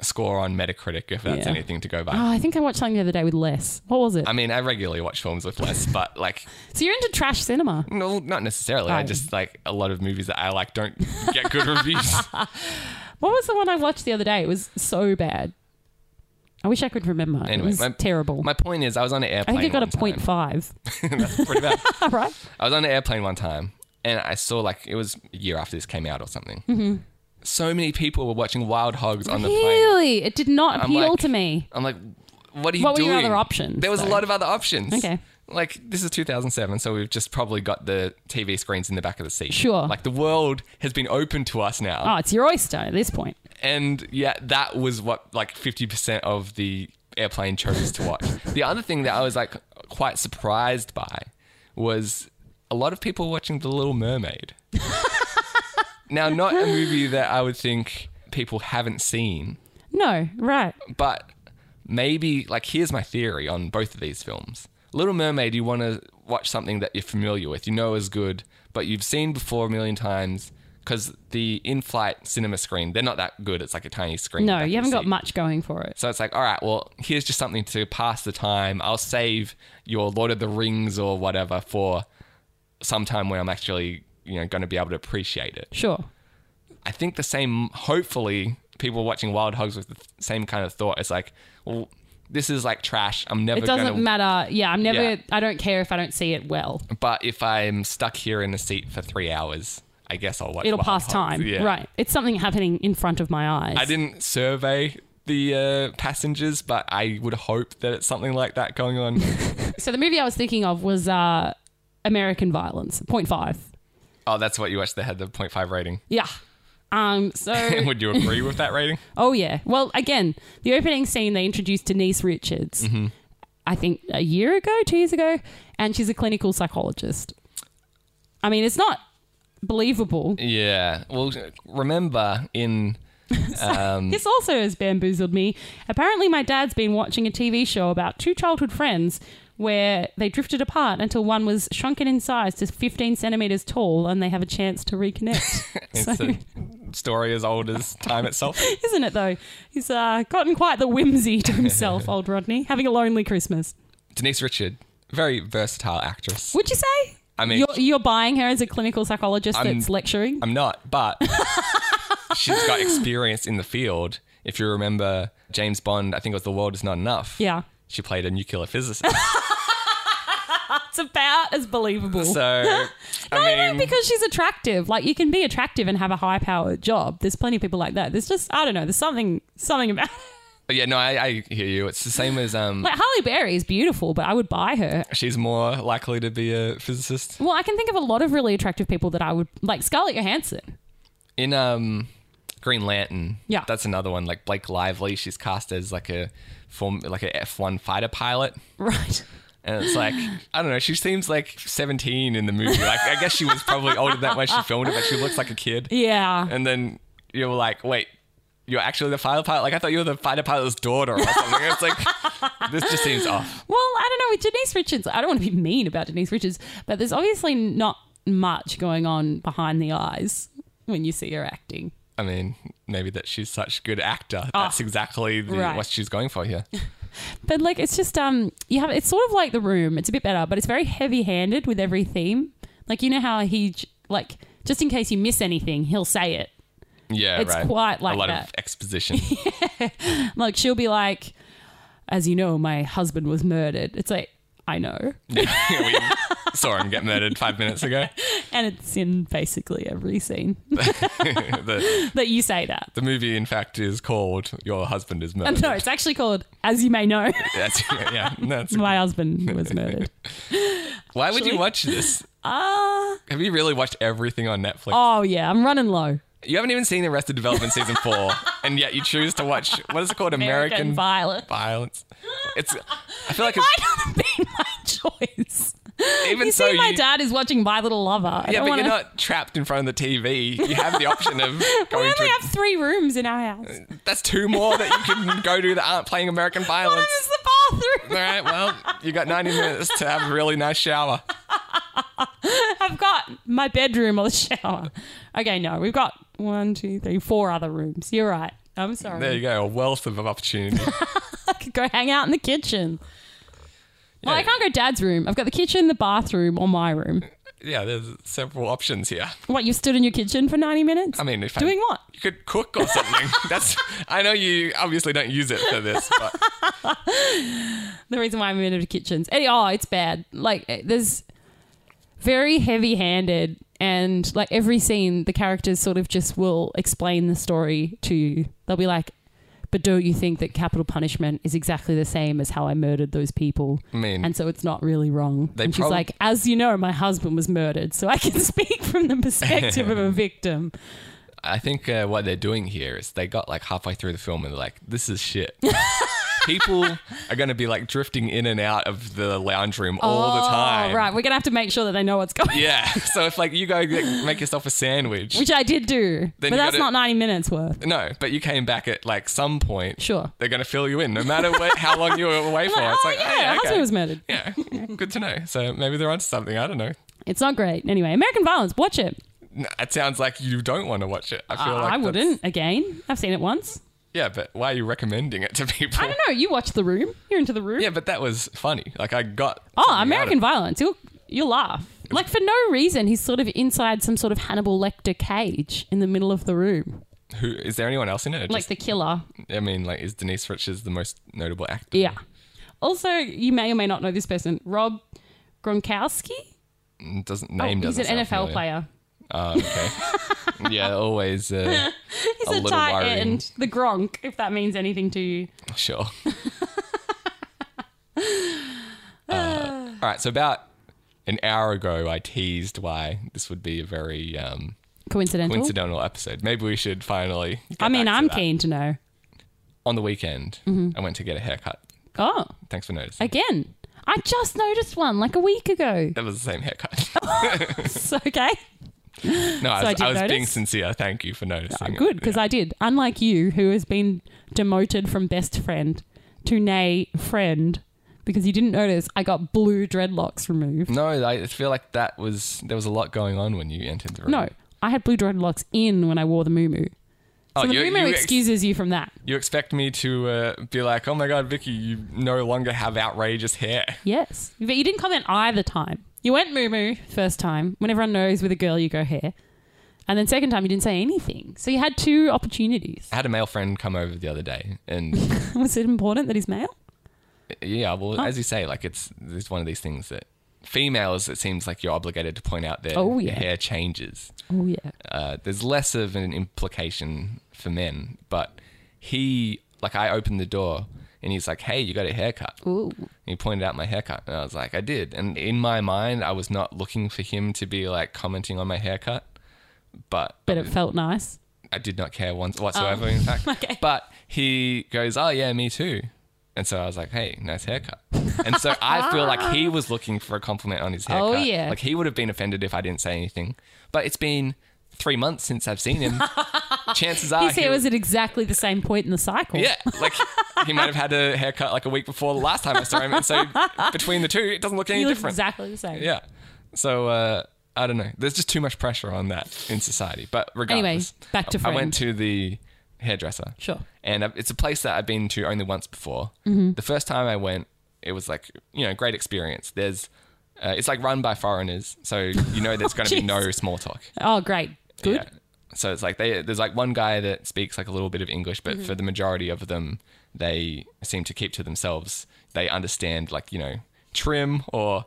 score on Metacritic. If that's Yeah. anything to go by. Oh, I think I watched something the other day with less. What was it? I mean, I regularly watch films with less, but like, so you're into trash cinema. no, not necessarily. I Oh. just like a lot of movies that I like don't get [laughs] good [laughs] reviews. What was the one I watched the other day? It was so bad. I wish I could remember. it Anyway, was terrible. My point is, I was on an I airplane. think it got a one point time. five. [laughs] That's pretty bad. [laughs] All right. I was on an airplane one time and I saw like it was a year after this came out or something. Mm-hmm. So many people were watching Wild Hogs on the plane. Really? It did not I'm appeal like- to me. I'm like, what are you What were doing? your other options, There was though? a lot of other options. Okay. Like this is 2007, so we've just probably got the TV screens in the back of the seat. Sure. Like the world has been open to us now, Oh, it's your oyster at this point. and yeah, that was what like 50% of the airplane chose to watch. the other thing that I was like quite surprised by was a lot of people watching The [laughs] Little Mermaid. now, not a movie that I would think people haven't seen, No, right. but maybe like here's my theory on both of these films. Little Mermaid, you want to watch something that you're familiar with, you know is good, but you've seen before a million times because the in-flight cinema screen they're not that good. It's like a tiny screen. No, back you in haven't the got seat. much going for it. So it's like, all right, well, here's just something to pass the time. I'll save your Lord of the Rings or whatever for some time when I'm actually, you know, going to be able to appreciate it. Sure. I think the same. Hopefully, people watching Wild Hogs with the th- same kind of thought. It's like, well, this is like trash. I'm never It doesn't gonna. matter. Yeah, I'm never. Yeah. I don't care if I don't see it well. but if I'm stuck here in the seat for three hours, I guess I'll watch. It'll Wild pass Hogs. time. Yeah. Right. It's something happening in front of my eyes. I didn't survey the uh, passengers, but I would hope that it's something like that going [laughs] on. So the movie I was thinking of was uh, American Violence. Point five. oh, that's what you watched. They had the 0.5 rating. Yeah. Um. [laughs] So. Would you agree with [laughs] that rating? oh yeah. Well, again, the opening scene they introduced Denise Richards. Mm-hmm. I think a year ago, two years ago, and she's a clinical psychologist. I mean, it's not believable. Yeah. Well, remember in Um, This also has bamboozled me. Apparently, my dad's been watching a TV show about two childhood friends where they drifted apart until one was shrunken in size to 15 centimeters tall and they have a chance to [laughs] reconnect. it's so, a story as old as time itself. [laughs] isn't it though? He's uh, gotten quite the whimsy [laughs] to himself, old Rodney, having a lonely Christmas. Denise Richard, very versatile actress. Would you say? I mean- you're, you're buying her as a clinical psychologist I'm- that's lecturing? I'm not, but she's got experience in the field. If you remember James Bond, I think it was The World Is Not Enough. yeah. She played a nuclear physicist. [laughs] It's about as believable. So, I No, mean, because she's attractive. Like you can be attractive and have a high powered job. There's plenty of people like that. There's just I don't know. There's something something about [laughs] but yeah, no, I, I hear you. It's the same as um, like Harley Berry is beautiful, but I would buy her. she's more likely to be a physicist. Well, I can think of a lot of really attractive people that I would like. Scarlett Johansson. In um, Green Lantern, Yeah. that's another one. Like Blake Lively, she's cast as like a form, like a F1 fighter pilot. Right. And it's [laughs] like, I don't know, she seems like 17 in the movie. Like, I guess she was probably older than that when she filmed it, but she looks like a kid. Yeah. And then you're like, wait, you're actually the fighter pilot? Like, I thought you were the fighter pilot's daughter or something. It's [laughs] like, this just seems off. Well, I don't know with Denise Richards. I don't want to be mean about Denise Richards, but there's obviously not much going on behind the eyes when you see her acting. I mean, maybe that she's such a good actor. That's exactly the, Oh, right. what she's going [laughs] for here. But like, it's just um, you have it's sort of like the room. It's a bit better, but it's very heavy-handed with every theme. Like you know how he j- like just in case you miss anything, he'll say it. Yeah, It's right. quite like A lot that. of [laughs] exposition. Like she'll be like, as you know, my husband was murdered. It's like I know, we [laughs] saw him get murdered five minutes ago. [laughs] and it's in basically every scene [laughs] the, that you say that. the movie, in fact, is called Your [laughs] Husband is Murdered. No, it's actually called As You May Know, [laughs] That's, yeah, that's My Husband Was Murdered. Why would you watch this? Ah, Have you really watched everything on Netflix? oh yeah, I'm running low. You haven't even seen Arrested Development [laughs] season four, and yet you choose to watch what is it called? American, American [laughs] violence. violence. It's. I feel like Might it's, not have been my [laughs] choice. [laughs] Even You so, see, my you, dad is watching My Little Lover. I yeah, don't but wanna... you're not trapped in front of the TV. You have the option [laughs] of We going only to. have three rooms in our house. One That's two more that you can go to that aren't [laughs] playing American of Violence. them's the All bathroom. right, well, you got 90 minutes to have a really nice shower. I've got my bedroom or the shower. Okay, no, we've got one, two, three, four other rooms. You're right. I'm sorry. There you go, a wealth [laughs] of opportunity. I could go hang out in the kitchen. Well, I Yeah. can't go dad's room. I've got the kitchen, the bathroom, or my room. yeah, there's several options here. What, you stood in your kitchen for 90 minutes? I mean, if I- Doing what? You could cook or something. [laughs] That's I know you obviously don't use it for this, but the reason why I'm into kitchens. Any- Oh, it's bad. Like eh, there's very heavy-handed and like every scene the characters sort of just will explain the story to you. They'll be like, "But don't you think that capital punishment is exactly the same as how I murdered those people?" I mean, And so it's not really wrong. They and she's prob- like, "As you know, my husband was murdered, so I can [laughs] speak from the perspective of [laughs] a victim." I think uh, what they're doing here is they got like halfway through the film and they're like, this [laughs] is shit. People are going to be like drifting in and out of the lounge room all the time. Oh, right. We're gonna have to make sure that they know what's going. on. Yeah. [laughs] So if like you go get, make yourself a [laughs] sandwich. Which I did do, Then but you that's not gotta- 90 minutes worth. no, but you came back at like some point. Sure. They're going to fill you in no matter what, how [laughs] long you were away for. Like, it's oh, like, yeah, hey, her okay. husband was murdered. yeah, good to know. So maybe they're onto something. I don't know. It's not great. Anyway, American Violence, watch it. N- It sounds like you don't want to watch it. I feel like I that's- wouldn't. Again, I've seen it once. Yeah, but why are you recommending it to people? I don't know. You watch The Room. You're into The Room. Yeah, but that was funny. Like I got. oh, something out American of it. Violence. You'll you'll laugh. Like for no reason, he's sort of inside some sort of Hannibal Lecter cage in the middle of the room, Who is there? Anyone else in it? Or like the killer. just- I mean, like is Denise Richards the most notable actor? Yeah. Also, you may or may not know this person, Rob Gronkowski. Doesn't name Oh, he's doesn't an NFL sound familiar. player. Oh, okay. yeah, [laughs] always. Uh, He's A a, little tight worrying. end, the Gronk, if that means anything to you. [laughs] sure. Uh, all right. So about an hour ago, I teased why this would be a very um, Coincidental. coincidental episode. Maybe we should finally. get I mean, back to I'm that. keen Mm-hmm. to know. On the weekend, I went to get a haircut. Oh, Thanks for noticing. again. I just noticed one like a week ago. that was the same haircut. [laughs] It's [laughs] okay. No, I So I was, did I was being notice. Ah, sincere. Thank you for noticing. Good, because I did. Unlike you, who has been demoted from best friend to nay friend, because you didn't notice I got blue dreadlocks removed. No, I feel like that was there was a lot going on when you entered the room. No, I had blue dreadlocks in when I wore the muumuu. oh, So the you, muumuu you ex- excuses you from that. you expect me to uh, be like, oh my god, Vicky, you no longer have outrageous hair. Yes, but you didn't comment either time. You went muumuu first time when everyone knows with a girl you go hair, and then second time you didn't say anything. So you had two opportunities. [laughs] I had a male friend come over the other day, and Was it important that he's male? yeah, well, as you say, like it's it's one of these things that females it seems like you're obligated to point out their Oh, yeah. hair changes. Oh yeah. uh, there's less of an implication for men, but he, like, I opened the door and he's like, hey, you got a haircut. Ooh. And he pointed out my haircut. And I was like, I did. And in my mind, I was not looking for him to be like commenting on my haircut, but But it felt nice. I did not care once whatsoever, in fact. Oh. [laughs] Okay. But he goes, oh, yeah, me too. And so I was like, hey, nice [laughs] haircut. And so I feel like he was looking for a compliment on his haircut. Oh, yeah. Like he would have been offended if I didn't say anything. But it's been three months since I've [laughs] seen him. Chances are. His hair was at exactly the same point in the cycle. Yeah. Like he might have had a haircut like a week before the last time I saw him. [laughs] And so between the two, it doesn't look any You look different. exactly the same. Yeah. So uh, I don't know. There's just too much pressure on that in society. But regardless, back to I- I friend. went to the hairdresser. Sure. Mm-hmm. And I- it's a place that I've been to only once before. The first time I went, it was like you know great experience. There's uh, it's like run by foreigners, so you know [laughs] there's going to be Oh, jeez. no small talk. Oh, great. Good. Yeah. So it's like they there's like one guy that speaks like a little bit of English, but Mm-hmm. for the majority of them, they seem to keep to themselves. They understand like you know trim or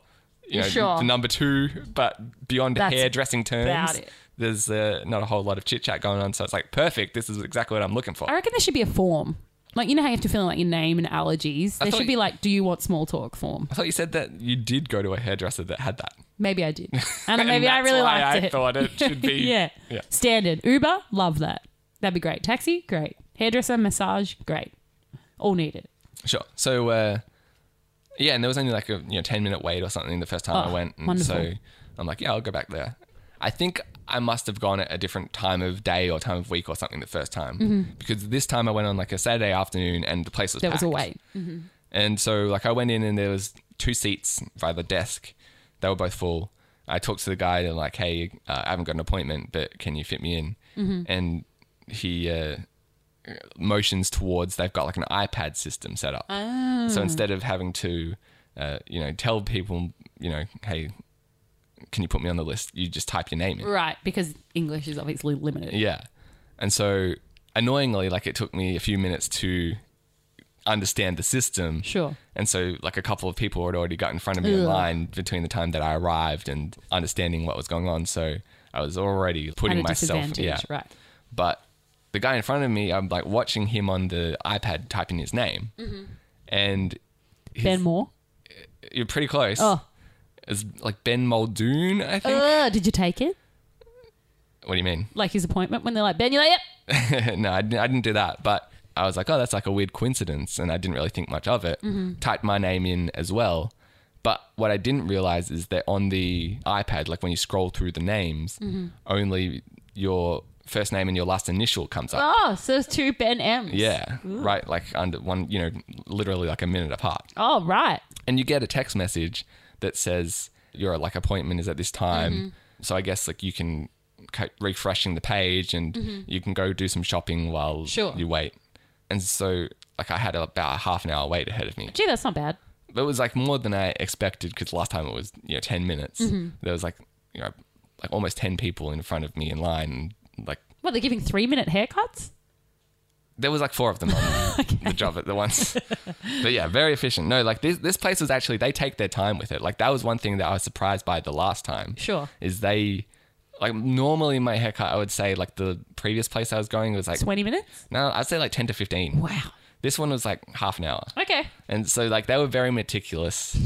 you know Sure. the number two, but beyond That's hairdressing terms, about it. there's uh, not a whole lot of chit chat going on. So it's like perfect. This is exactly what I'm looking for. I reckon there should be a form. Like, you know how you have to fill in like your name and allergies? There thought should you- be like, do you want small talk form? I thought you said that you did go to a hairdresser that had that. Maybe I [laughs] did. And maybe I that's really why liked I it. thought it should be- [laughs] yeah. Yeah. Standard. Uber, love that. That'd be great. Taxi, great. Hairdresser, massage, great. All needed. Sure. So uh, Yeah, and there was only like a you know ten minute wait or something the first time I Oh, went, and wonderful. so I'm like, yeah, I'll go back there. I think I must have gone at a different time of day or time of week or something the first time because this time I went on like a Saturday afternoon and the place was Mm-hmm. There was a packed. wait. And so like I went in and there was two seats by the desk. They were both full. I talked to the guy and like, hey, uh, I haven't got an appointment, but can you fit me in? And he uh, motions towards they've got like an iPad system set up. So instead of having to, uh, you know, tell people, you know, hey, can you put me on the list? You just type your name in. Right, because English is obviously limited. Yeah. And so annoyingly, like it took me a few minutes to understand the system. Sure. And so like a couple of people had already got in front of me in Ugh. line between the time that I arrived and understanding what was going on. So I was already At putting a myself disadvantage, yeah. right. But the guy in front of me, I'm like watching him on the iPad typing his name. Mm-hmm. And his- Ben Moore. you're pretty close. Oh. Uh. It's like Ben Muldoon, I think. Ugh, did you take it? what do you mean? Like his appointment when they're like, Ben, you're like, yep. [laughs] no, I didn't, I didn't do that. But I was like, oh, that's like a weird coincidence. And I didn't really think much of it. Typed my name in as well. But what I didn't realize is that on the iPad, like when you scroll through the names, only your first name and your last initial comes up. Oh, so there's two Ben M's. Yeah. Right. Like under one, you know, literally like a minute apart. Oh, right. And you get a text message that says your like appointment is at this time. So I guess like you can keep refreshing the page and you can go do some shopping while Sure. you wait. And so like I had about a half an hour wait ahead of me. Gee, that's not bad. But it was like more than I expected because last time it was you know ten minutes. There was like you know like almost ten people in front of me in line. And, like What, they're giving three minute haircuts? there was like four of them on the job at the once. but yeah, very efficient. No, like this this place was actually they take their time with it. Like that was one thing that I was surprised by the last time. Sure. Is they like normally my haircut I would say like the previous place I was going was like 20 minutes? no, I'd say like 10 to 15. Wow. This one was like half an hour. Okay. And so like they were very meticulous.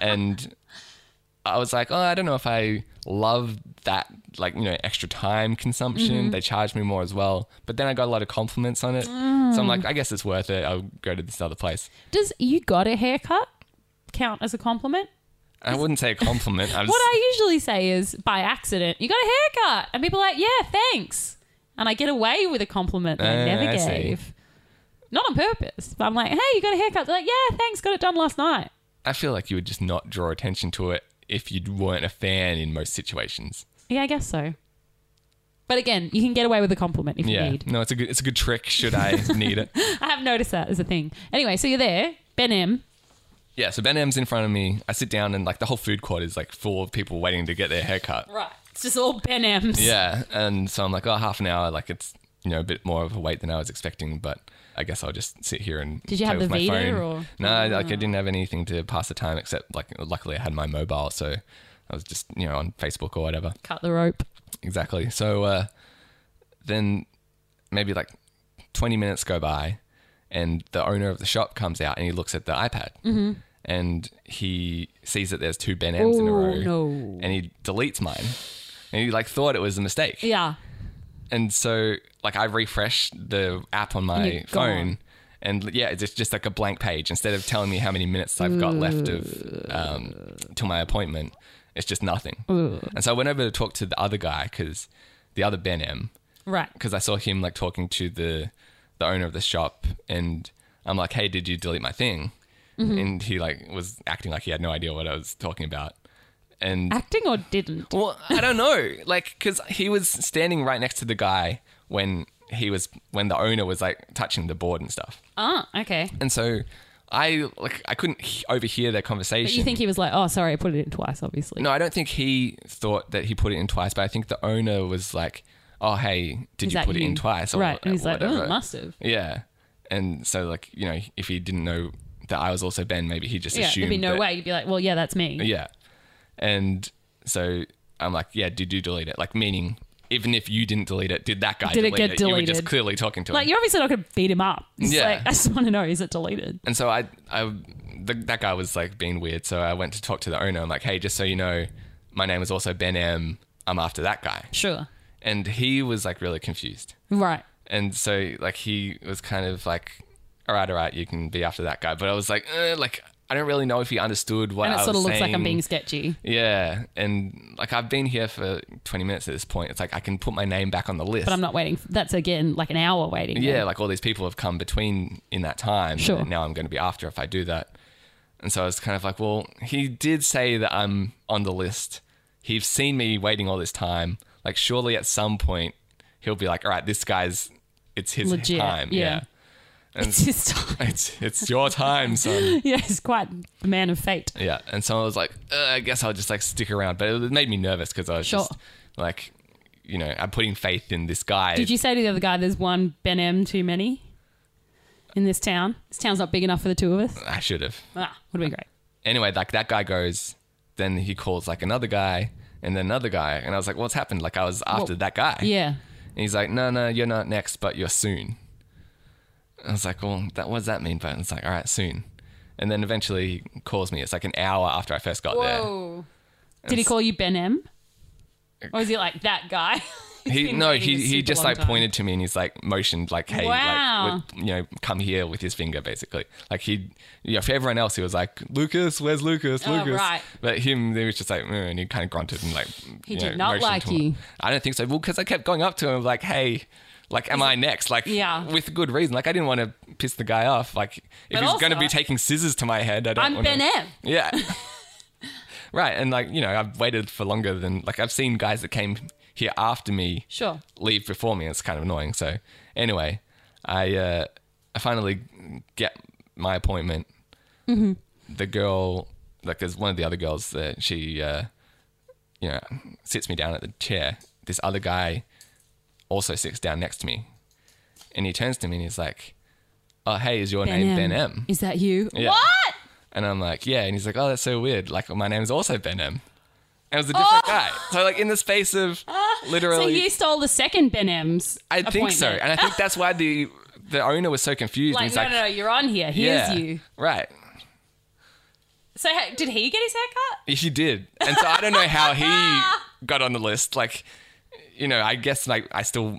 and I was like, oh, I don't know if I love that like, you know, extra time consumption. They charged me more as well. But then I got a lot of compliments on it. So I'm like, I guess it's worth it. I'll go to this other place. Does you got a haircut count as a compliment? I wouldn't say a compliment. I was What I usually say is by accident, you got a haircut. And people are like, yeah, thanks. And I get away with a compliment that I Ah, never I see. gave. Not on purpose, but I'm like, hey, you got a haircut. They're like, yeah, thanks. Got it done last night. I feel like you would just not draw attention to it if you weren't a fan in most situations. Yeah, I guess so. But again, you can get away with a compliment if Yeah. you need. No, it's a good it's a good trick should I need it. [laughs] I have noticed that as a thing. Anyway, so you're there, Ben M. Yeah, so Ben M's in front of me. I sit down and like the whole food court is like full of people waiting to get their haircut. Right. It's just all Ben M's. Yeah, and so I'm like, oh, half an hour. Like it's you know a bit more of a wait than I was expecting, but I guess I'll just sit here and Did you play have with the my Vita phone. or- Ah. No, I- like I didn't have anything to pass the time except like luckily I had my mobile, so I was just you know on Facebook or whatever. Cut the rope. Exactly. So uh, then maybe like 20 minutes go by, and the owner of the shop comes out and he looks at the iPad. And he sees that there's two Ben M's in a Mm-hmm. Oh, row. no. And he deletes mine. And he like thought it was a mistake. Yeah. And so like I refresh the app on you're my phone. gone. And yeah, it's just like a blank page. Instead of telling me how many minutes I've got left of um, till my appointment, it's just nothing. And so I went over to talk to the other guy because the other Ben M, Right. because I saw him like talking to the the owner of the shop, and I'm like, "Hey, did you delete my thing?" And he like was acting like he had no idea what I was talking about, and Acting or didn't? well, I don't know, like because he was standing right next to the guy when he was when the owner was like touching the board and stuff, Ah, okay. and so I like I couldn't he- overhear their But conversation. you think he was like, oh, sorry, I put it in twice, obviously. No, I don't think he thought that he put it in twice, but I think the owner was like, "Oh, hey, did Is you that put it in you?" twice?" Right, and he's like, "Oh, whatever." must have. Yeah, and so like you know, if he didn't know that I was also Ben, maybe he just Yeah, assumed. there'd be no that- way. You'd be like, well, yeah, that's me. Yeah, and so I'm like, "Yeah, did you delete it?" Like meaning, even if you didn't delete it, did that guy Did it delete get You were just deleted? clearly talking to Like, him. you're obviously not going to beat him up. It's Yeah. like, I just want to know, is it deleted? And so I, I the, that guy was like being weird. So I went to talk to the owner. I'm like, "Hey, just so you know, my name is also Ben M. I'm after that guy." Sure. and he was like really confused Right. and so like he was kind of like all right all right you can be after that guy but i was like eh, like I don't really know if he understood what and I it was sort of looks like I'm saying. being sketchy. Yeah, and like I've been here for 20 minutes at this point. It's like I can put my name back on the list. But I'm not waiting. f- That's again like an hour waiting. Yeah, like all these people have come between in that time. Sure. And now I'm going to be after if I do that. And so I was kind of like, well, he did say that I'm on the list. He's seen me waiting all this time. Like, surely at some point he'll be like, all right, this guy's, it's his Legit, time. yeah. It's just [laughs] It's, it's your time, son. [laughs] yeah, he's quite the man of fate. yeah. And so I was like, uh, I guess I'll just like stick around. But it made me nervous because I was Sure. just like, you know, I'm putting faith in this guy. Did you say to the other guy, "There's one Ben M too many in this town. This town's not big enough for the two of us." I should have. Ah, would have been great. [laughs] anyway, like that guy goes, then he calls like another guy and then another guy. And I was like, what's happened? Like I was after Well, that guy. Yeah, And he's like, no, no, you're not next, but you're soon. And I was like, well, that, what does that mean? But it's like, all right, soon. And then eventually he calls me. It's like an hour after I first got Did he call you Ben M? Or is he like that guy? [laughs] there. He, been no, waiting he, a he super just long like time. pointed to me and he's like motioned like, hey, Wow. like, with, you know, come here with his finger basically. Like he, you know, for everyone else, he was like, Lucas, where's Lucas? Oh, Lucas. right. But him, he was just like, "Mm," and he kind of grunted and like, He you did know, not motioned like to- you. I don't think so. Well, because I kept going up to him like, hey, like, am I next? Like, Yeah. with good reason. Like, I didn't want to piss the guy off. Like, if But he's going to also- be taking scissors to my head, I don't. I'm wanna- Ben M. Yeah. [laughs] right, and like you know, I've waited for longer than like I've seen guys that came here after me Sure. leave before me. It's kind of annoying. So anyway, I uh, I finally get my appointment. Mm-hmm. The girl, like, there's one of the other girls that she, uh, you know, sits me down at the chair. This other guy also sits down next to me, and he turns to me and he's like, "Oh, hey, is your name Ben M?" Is that you? Yeah. What? And I'm like, "Yeah," and he's like, "Oh, that's so weird. Like, my name's also Ben M." And it was a different guy. So like in the space of literally Oh. [laughs] So you stole the second Ben M's. I think so, appointment. and I think that's why the the owner was so confused. like, and he's no, like, no, no, you're on here. Here's yeah, you. right. So hey, did he get his haircut? He did, and so I don't know [laughs] how he got on the list. Like, you know, I guess like I still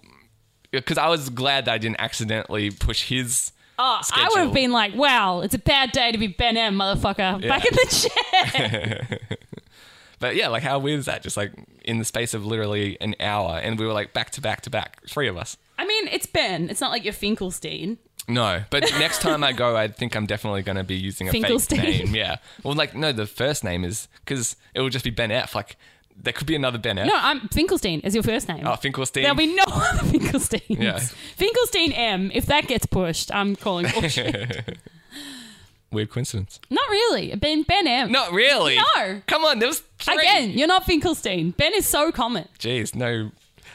because I was glad that I didn't accidentally push his. Oh, I would Schedule. have been like, wow, it's a bad day to be Ben M, motherfucker. Back in the chair. But yeah, like how weird is that? Just like in the space of literally an hour, and we were like back to back to back, three of us. [laughs] I mean, it's Ben. It's not like you're Finkelstein. No, but next time I go, I think I'm definitely going to be using a fake Finkelstein. name. Yeah. Well, like no, the first name is because it will just be Ben F. Like there could be another Ben F. No, I'm Finkelstein is your first name. Oh, Finkelstein. There'll [laughs] be no [laughs] other Finkelsteins. Yeah. Finkelstein M. If that gets pushed, I'm calling [laughs] bullshit. Weird coincidence. not really. Ben Ben M. Not really. No. Come on, there was three. Again, you're not Finkelstein. Ben is so common. [laughs] Jeez, no.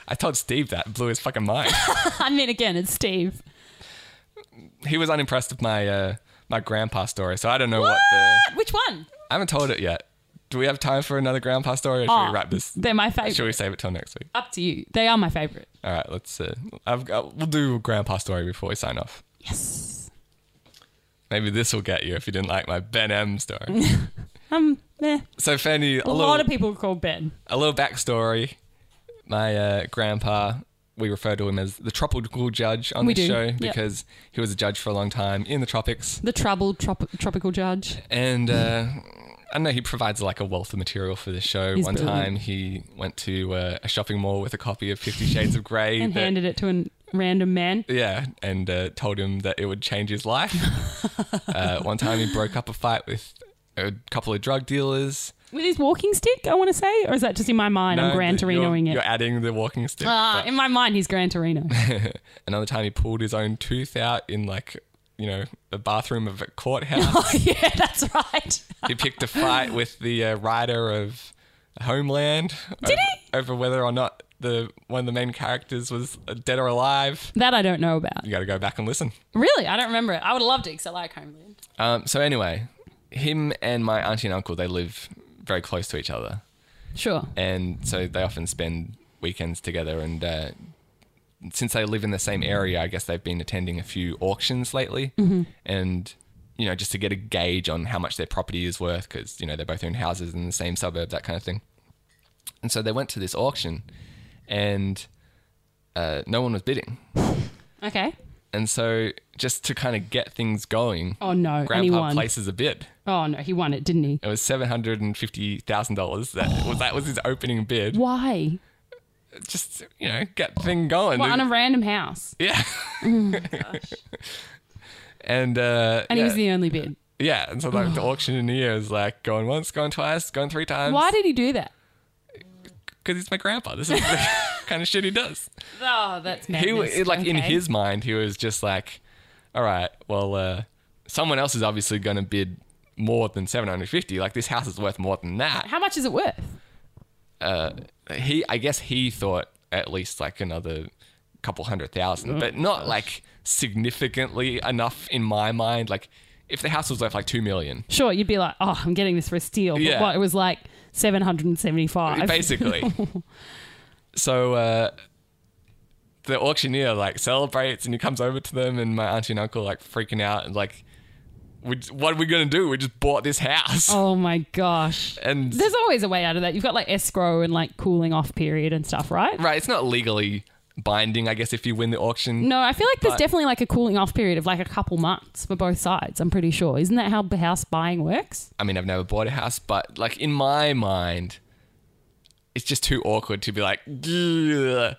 I told Steve that blew his fucking mind. I mean, again, it's Steve. [laughs] he was unimpressed with my uh, my grandpa story, so I don't know what, the. Which one? I haven't told it yet. Do we have time for another grandpa story, or should Oh, we wrap this? They're my favorite. Should we save it till next week? Up to you. They are my favorite. All right, let's. Uh, I've got, we'll do a grandpa story before we sign off. Yes. Maybe this will get you if you didn't like my Ben M story. [laughs] Um. Meh. so Fanny, a, A little, lot of people are called Ben. a little backstory. My uh, grandpa, we refer to him as the tropical judge on We the this do, show yep. because he was a judge for a long time in the tropics, The troubled trop- tropical judge. and uh, I don't know he provides like a wealth of material for this show. He's One brilliant. time he went to uh, a shopping mall with a copy of Fifty Shades of Grey And that- handed it to a random man. Yeah, and uh, told him that it would change [laughs] his life. uh, one time he broke up a fight with a couple of drug dealers. With his walking stick, I want to say? Or is that just in my mind? I'm No, Gran th- you're- Torinoing You're it. adding the walking stick. Ah, in my mind, he's Gran [laughs] Torino. [laughs] Another time he pulled his own tooth out in like, you know, the bathroom of a courthouse. [laughs] oh, yeah, that's right. [laughs] he picked a fight with the uh, writer of Homeland. Did over, he? Over whether or not the one of the main characters was uh, dead or alive. That I don't know about. You got to go back and listen. Really? I don't remember it. I would have loved it because I like Homeland. Um, so anyway, him and my auntie and uncle, they live very close to each other. Sure. and so they often spend weekends together. And uh, since they live in the same area, I guess they've been attending a few auctions lately, Mm-hmm. and you know just to get a gauge on how much their property is worth because you know they both own houses in the same suburb, that kind of thing. And so they went to this auction, and uh, no one was bidding. Okay. And so just to kind of get things going, Oh no, Grandpa anyone. places a bid. Oh no, he won it, didn't he? It was seven hundred and fifty thousand dollars. That was that was his opening bid. Why? Just you know, get the thing going. Well, on a random house, [laughs] yeah. Oh and uh, and yeah, he was the only bid. yeah, and so like the auctioneer is like going once, going twice, going three times. Why did he do that? Because he's my grandpa. This [laughs] is the kind of shit he does. Oh, that's he madness. was like in Okay. his mind he was just like all right well uh someone else is obviously going to bid more than 750 like this house is worth more than that How much is it worth? Uh, he i guess he thought at least like another couple hundred thousand but not like significantly enough in my mind like if the house was worth like 2 million Sure, you'd be like, oh, I'm getting this for a steal. But Yeah. what, it was like [laughs] 775. basically so uh the auctioneer like celebrates and he comes over to them and my auntie and uncle like freaking out and like we, what are we gonna do we just bought this house oh my gosh. and There's always a way out of that. You've got like escrow and like cooling off period and stuff, right? right it's not legally binding i guess if you win the auction No, I feel like there's But- definitely like a cooling off period of like a couple months for both sides, I'm pretty sure. Isn't that how house buying works? i mean i've never bought a house but like in my mind it's just too awkward to be like "Ugh."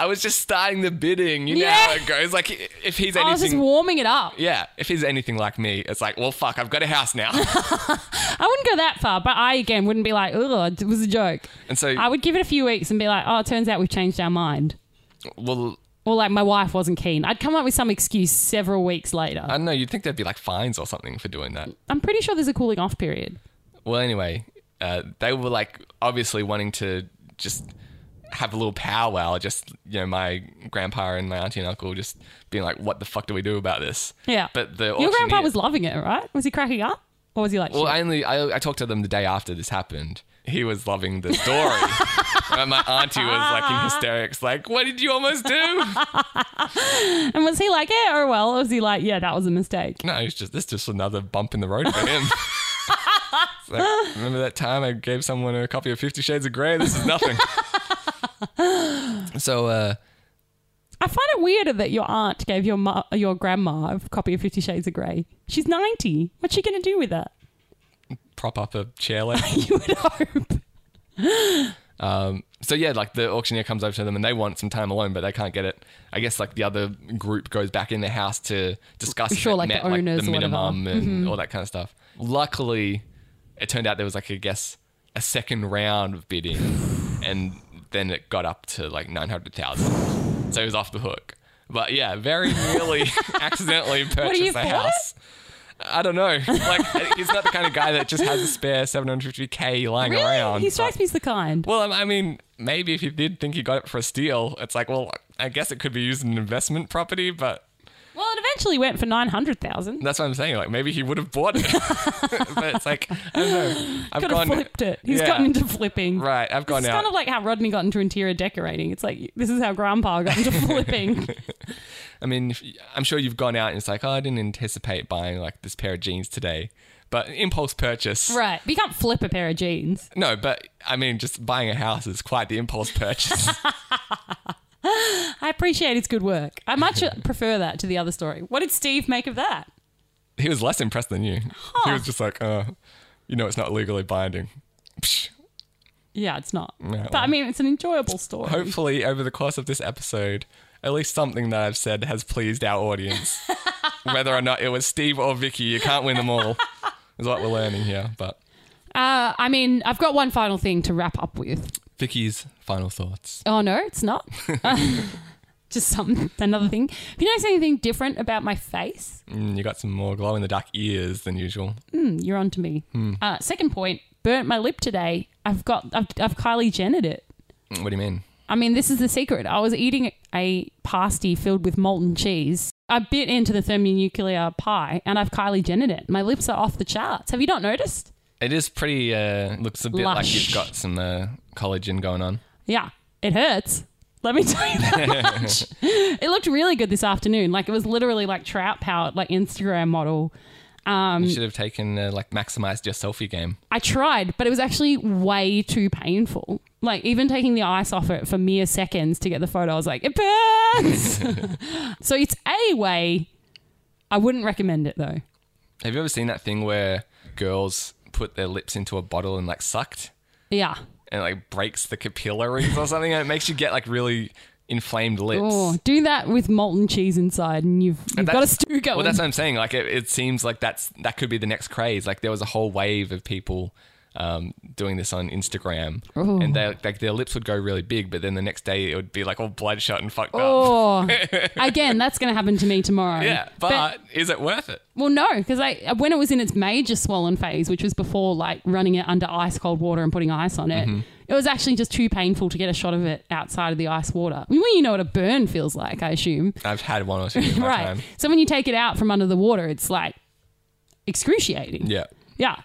i was just starting the bidding you know how Yeah. it goes like if he's I was just anything warming it up. yeah if he's anything like me it's like well fuck i've got a [laughs] house now I wouldn't go that far, but I again wouldn't be like, "Ugh, it was a joke." and so I would give it a few weeks and be like, "Oh, it turns out we've changed our mind," well or like my wife wasn't keen. I'd come up with some excuse several weeks later. I don't know. You'd think there'd be like fines or something for doing that. I'm pretty sure there's a cooling off period. Well, anyway, uh, they were like obviously wanting to just have a little powwow. Just you know, my grandpa and my auntie and uncle just being like, "What the fuck do we do about this?" Yeah, But the your grandpa auctioneer- was loving it, right? Was he cracking up, or was he like, Well, "Shit"? I only I, I talked to them the day after this happened. He was loving the story. And my auntie was like in hysterics, like, "What did you almost do?" and was he like, "Yeah, oh well," or was he like, "Yeah, that was a mistake"? No, it's just this just another bump in the road for him. It's like, remember that time I gave someone a copy of Fifty Shades of Grey? This is nothing. so uh, I find it weirder that your aunt gave your mu- your grandma a copy of Fifty Shades of Grey. She's ninety. What's she gonna do with that? prop up a chair leg. [laughs] You would hope. so yeah, like the auctioneer comes over to them and they want some time alone, but they can't get it. I guess like the other group goes back in the house to discuss Sure, if it like the met, owners or the whatever. Mm-hmm. minimum and all that kind of stuff. Luckily, it turned out there was like I guess a second round of bidding, and then it got up to like nine hundred thousand, so he was off the hook. But yeah, very nearly [laughs] accidentally you purchased the bought? house. I don't know. Like, he's not the kind of guy that just has a spare 750k lying around. Really? He but- strikes me as the kind. well, I I mean, maybe if you did think you got it for a steal, it's like, well, I guess it could be used in an investment property, but Well, it eventually went for nine hundred thousand. that's what I'm saying. Like, maybe he would have bought it. [laughs] but it's like, I don't know. I've Could gone have flipped it. He's yeah. gotten into flipping. Right, I've gone It's out. kind of like how Rodney got into interior decorating. It's like this is how Grandpa got [laughs] into flipping. I mean, if, I'm sure you've gone out and it's like, oh, I didn't anticipate buying like this pair of jeans today, but impulse purchase. Right. But you can't flip a pair of jeans. No, but I mean, just buying a house is quite the impulse purchase. [laughs] I appreciate his good work. I [laughs] much prefer that to the other story. What did Steve make of that? he was less impressed than you. He was just like, uh, you know, it's not legally binding. Psh. Yeah, it's not. but well. I mean, it's an enjoyable story. Hopefully, over the course of this episode, at least something that I've said has pleased our [laughs] audience. Whether or not it was Steve or Vicky, you can't win them all, is what we're learning here. But Uh, I mean, I've got one final thing to wrap up with. Vicky's final thoughts. Oh no, it's not. [laughs] Just some another thing. Have you noticed anything different about my face? hmm, Mm, you got some more glow in the dark ears than usual. You're on to me. Uh, second point, burnt my lip today. I've got, I've, I've Kylie Jennered it. Mm, What do you mean? I mean, this is the secret. I was eating a pasty filled with molten cheese. I bit into the thermonuclear pie and I've Kylie Jennered it. My lips are off the charts. Have you not noticed? It is pretty, uh, looks a bit like Lush. you've got some uh, collagen going on. Yeah, it hurts. Let me [laughs] tell you that much. it looked really good this afternoon. Like it was literally like trout powered, like Instagram model. Um, You should have taken, uh, like, maximized your selfie game. I tried, but it was actually way too painful. Like even taking the ice off it for mere seconds to get the photo, I was like, it burns. [laughs] so it's a way. I wouldn't recommend it though. Have you ever seen that thing where girls put their lips into a bottle and like sucked Yeah. and it, like breaks the capillaries or something and it makes you get like really inflamed lips? Oh, do that with molten cheese inside, and you've, you've got a That's- stew going. Well, that's what I'm saying. Like, it, it seems like that's that could be the next craze. Like, there was a whole wave of people um, doing this on Instagram, Ooh. and they like their lips would go really big, but then the next day it would be like all bloodshot and fucked up. Oh, again, that's going to happen to me tomorrow. Yeah, but is it worth it? well, no, because I uh, when it was in its major swollen phase, which was before like running it under ice cold water and putting ice on it, it was actually just too painful to get a shot of it outside of the ice water. I mean, well, you know what a burn feels like, I assume, I've had one or [laughs] two in my right? time. So when you take it out from under the water, it's like excruciating. Yeah, yeah,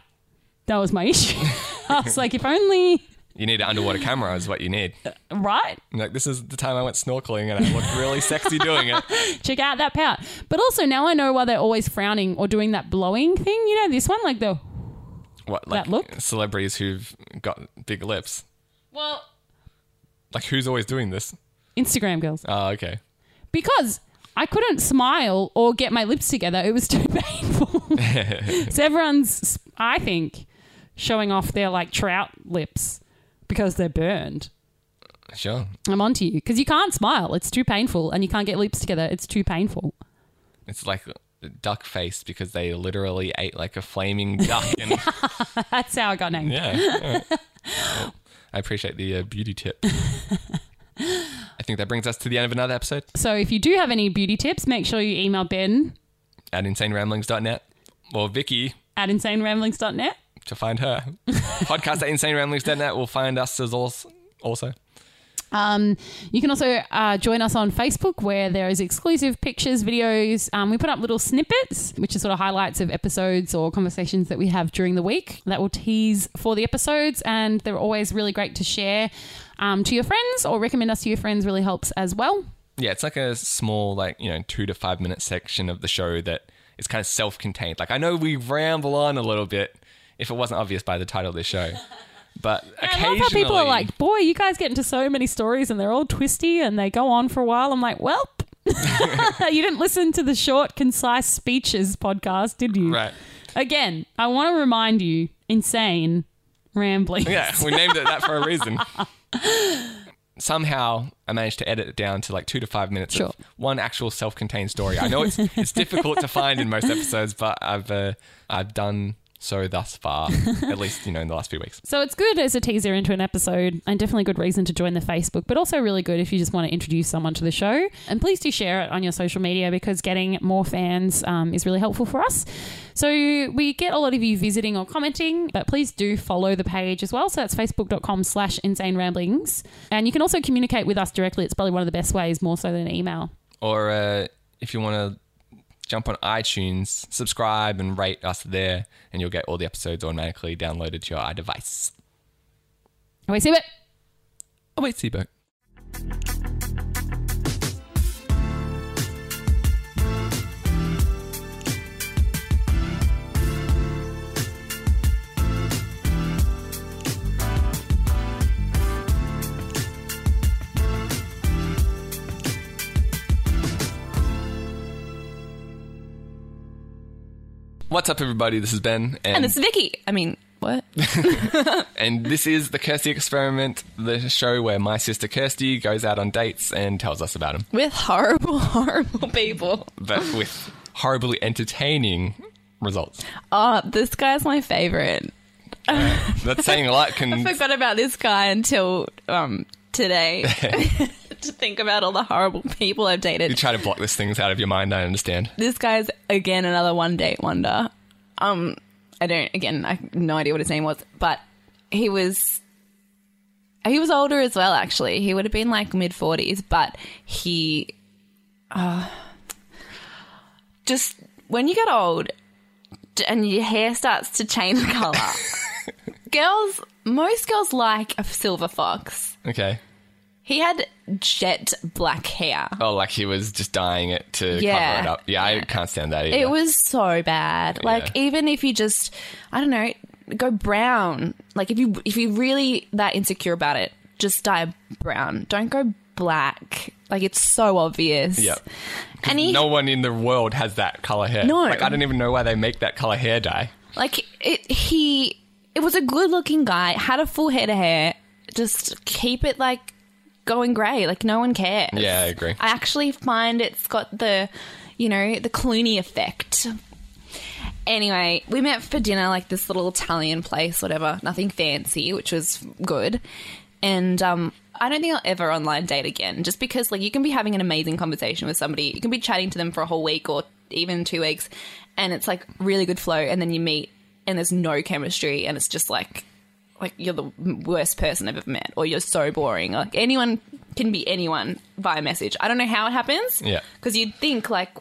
that was my [laughs] issue. I was like, if only you need an underwater camera is what you need. [laughs] right. Like, this is the time I went snorkeling and I looked really sexy doing it. check out that pout. But also now I know why they're always frowning or doing that blowing thing. You know this one, like the What like That look? celebrities who've got big lips? well Like, who's always doing this? Instagram girls. Oh, okay. Because I couldn't smile or get my lips together. It was [laughs] too painful. so everyone's, I think, showing off their like trout lips because they're burned. Sure. I'm onto you because you can't smile. It's too painful, and you can't get lips together. It's too painful. It's like duck face because they literally ate like [laughs] a flaming duck. And That's how I got named. yeah, [laughs] yeah. I appreciate the uh, beauty tip. I think that brings us to the end of another episode So if you do have any beauty tips, make sure you email Ben at insaneramblings.net or Vicky at insaneramblings.net. to [laughs] find her. Podcast at insaneramblings.net will find us as also. also. Um, you can also uh, join us on Facebook where there is exclusive pictures, videos. Um, we put up little snippets, which is sort of highlights of episodes or conversations that we have during the week that will tease for the episodes. And they're always really great to share um, to your friends or recommend us to your friends, really helps as well. Yeah, it's like a small, like, you know, two to five minute section of the show that is kind of self contained. Like, I know we ramble on a little bit if it wasn't obvious by the title of [laughs] this show. But I love occasionally, how people are like, boy, you guys get into so many stories and they're all twisty and they go on for a while. I'm like, well, [laughs] [laughs] you didn't listen to the short, concise speeches podcast, did you? right. Again, I want to remind you, insane rambling. Yeah, we named it that for [laughs] a reason. Somehow, I managed to edit it down to like two to five minutes Sure. of one actual self-contained story. I [laughs] know it's it's difficult to find in most episodes, but I've uh, I've done so thus far, at least you know in the last few weeks. [laughs] So it's good as a teaser into an episode and definitely good reason to join the Facebook, but also really good if you just want to introduce someone to the show. And please do share it on your social media because getting more fans um, is really helpful for us. So we get a lot of you visiting or commenting, but please do follow the page as well. So that's facebook.com slash insane ramblings. And you can also communicate with us directly. It's probably one of the best ways, more so than email. Or uh, if you want to jump on iTunes, subscribe and rate us there, and you'll get all the episodes automatically downloaded to your iDevice. Oh, wait, see it. Oh wait, Seaboat. What's up, everybody? This is Ben, and, And it's Vicky. I mean, what? and this is the Kirsty Experiment, the show where my sister Kirsty goes out on dates and tells us about them, With horrible, [laughs] horrible people. [laughs] but with horribly entertaining results. Oh, this guy's my favorite. That's saying a lot. [laughs] Can Forgot about this guy until um today. [laughs] to think about all the horrible people I've you dated. try to block these things out of your mind? I understand. this guy's again another one date wonder. Um, I don't. Again, I have no idea what his name was, but he was. He was older as well. Actually, he would have been like mid forties, but he, uh, just when you get old d- and your hair starts to change [laughs] color, girls, most girls like a silver fox. Okay. He had jet black hair. Oh, like he was just dying it to Yeah. cover it up. Yeah, I can't stand that either. It was so bad. Like Yeah. even if you just I don't know, go brown. Like if you if you really that insecure about it, just dye brown. Don't go black. Like it's so obvious. Yeah. And he, No one in the world has that color hair. No. Like, I don't even know why they make that color hair dye. like it, he, it was a good looking guy. Had a full head of hair. Just keep it like going grey. Like no one cares. Yeah, I agree. I actually find it's got the, you know, the Clooney effect. Anyway, we met for dinner, like this little Italian place, whatever, nothing fancy, which was good. And um, I don't think I'll ever online date again, just because, like, you can be having an amazing conversation with somebody, you can be chatting to them for a whole week or even two weeks, and it's like really good flow, and then you meet, and there's no chemistry, and it's just like, like you're the worst person I've ever met, or you're so boring. Like anyone can be anyone via message. I don't know how it happens. Yeah. Because you'd think like,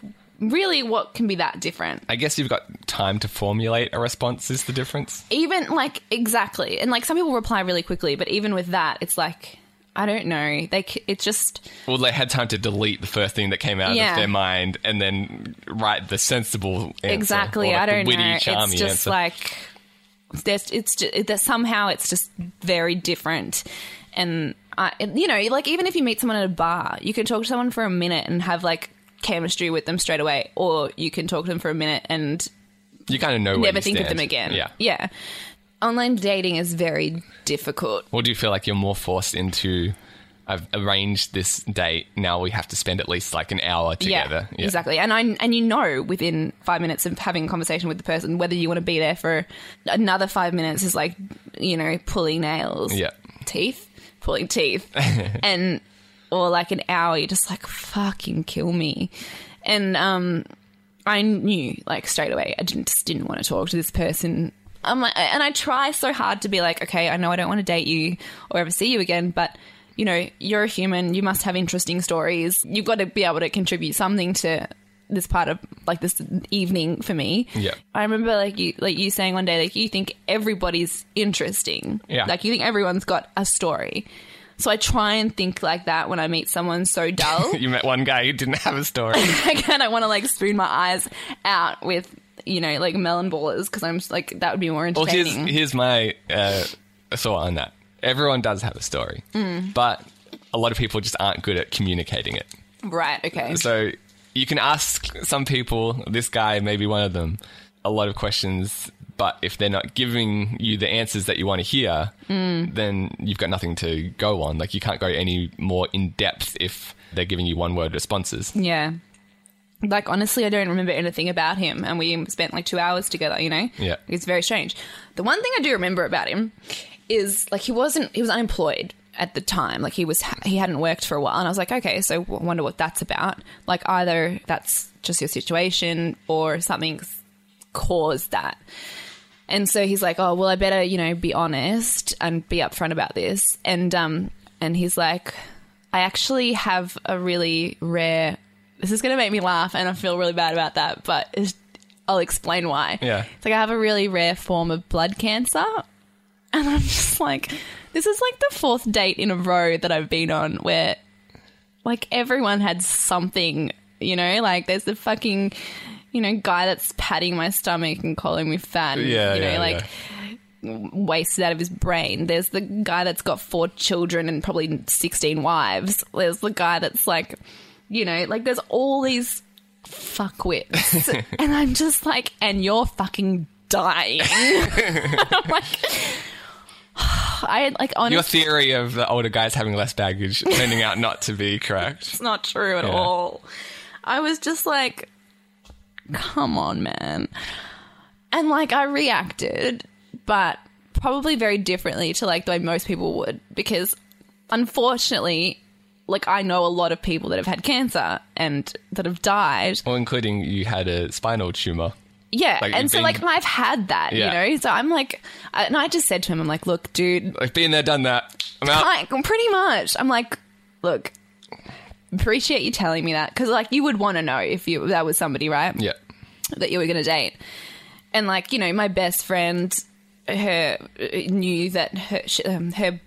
really, what can be that different? I guess you've got time to formulate a response is the difference. Even like exactly, and like some people reply really quickly, but even with that, it's like I don't know. They c- it's just Well, they had time to delete the first thing that came out Yeah. of their mind and then write the sensible answer. exactly. or, like, I the don't witty, know. It's charmy just answer. like there's it's just, that somehow it's just very different, and I and, you know like even if you meet someone at a bar, you can talk to someone for a minute and have like chemistry with them straight away, or you can talk to them for a minute and you kind of know where never you think of stand. them again. Yeah. yeah. Online dating is very difficult. Or do you feel like you're more forced into? I've arranged this date. Now we have to spend at least like an hour together. Yeah, exactly. And I and you know within five minutes of having a conversation with the person whether you want to be there for another five minutes is like you know pulling nails, Yeah. [laughs] teeth, pulling teeth, and or like an hour. You're just like fucking kill me, and um, I knew like straight away I didn't just didn't want to talk to this person. I'm like, and I try so hard to be like, okay, I know I don't want to date you or ever see you again, but you know, you're a human. You must have interesting stories. You've got to be able to contribute something to this part of like this evening for me. Yeah. I remember like you like you saying one day like you think everybody's interesting. Yeah. Like you think everyone's got a story. So I try and think like that when I meet someone [laughs] so dull. [laughs] You met one guy who didn't have a story. like I don't want to like spoon my eyes out with you know like melon ballers because I'm just, like that would be more Well, here's, entertaining. here's my uh, thought on that. Everyone does have a story, Mm. but a lot of people just aren't good at communicating it. right? Okay. So you can ask some people, this guy may be one of them, a lot of questions, but if they're not giving you the answers that you want to hear, Mm. then you've got nothing to go on. Like you can't go any more in depth if they're giving you one word responses. yeah. Like honestly, I don't remember anything about him, and we spent like two hours together. You know. Yeah. It's very strange. The one thing I do remember about him is like he wasn't he was unemployed at the time. Like he was he hadn't worked for a while, and I was like, okay, so w- wonder what that's about. Like either that's just your situation or something's caused that. And so he's like, "Oh, well, I better, you know, be honest and be upfront about this." And um and he's like, "I actually have a really rare This is going to make me laugh and I feel really bad about that, but it's, I'll explain why." Yeah. It's like I have a really rare form of blood cancer. And I'm just like, this is like the fourth date in a row that I've been on where like everyone had something, you know, like there's the fucking, you know, guy that's patting my stomach and calling me fat. And, Yeah, you know, yeah, like wasted out of his brain. There's the guy that's got four children and probably 16 wives. There's the guy that's like, you know, like there's all these fuckwits. [laughs] and I'm just like, and you're fucking dying. [laughs] I'm like, [sighs] I like honestly. Your theory of the older guys having less [laughs] baggage turning out not to be correct. It's not true at Yeah. all. I was just like, come on, man. And like, I reacted, but probably very differently to like the way most people would, because unfortunately, like, I know a lot of people that have had cancer and that have died. Well, including you had a spinal tumor. Yeah. Like, and so, being- like, I've had that, Yeah. you know? So I'm like, I, and I just said to him, I'm like, look, dude, Like being there, done that. I'm out. like pretty much i'm like look appreciate you telling me that because like you would want to know if you that was somebody right Yeah. that you were going to date and like you know my best friend her uh, knew that her sh um, her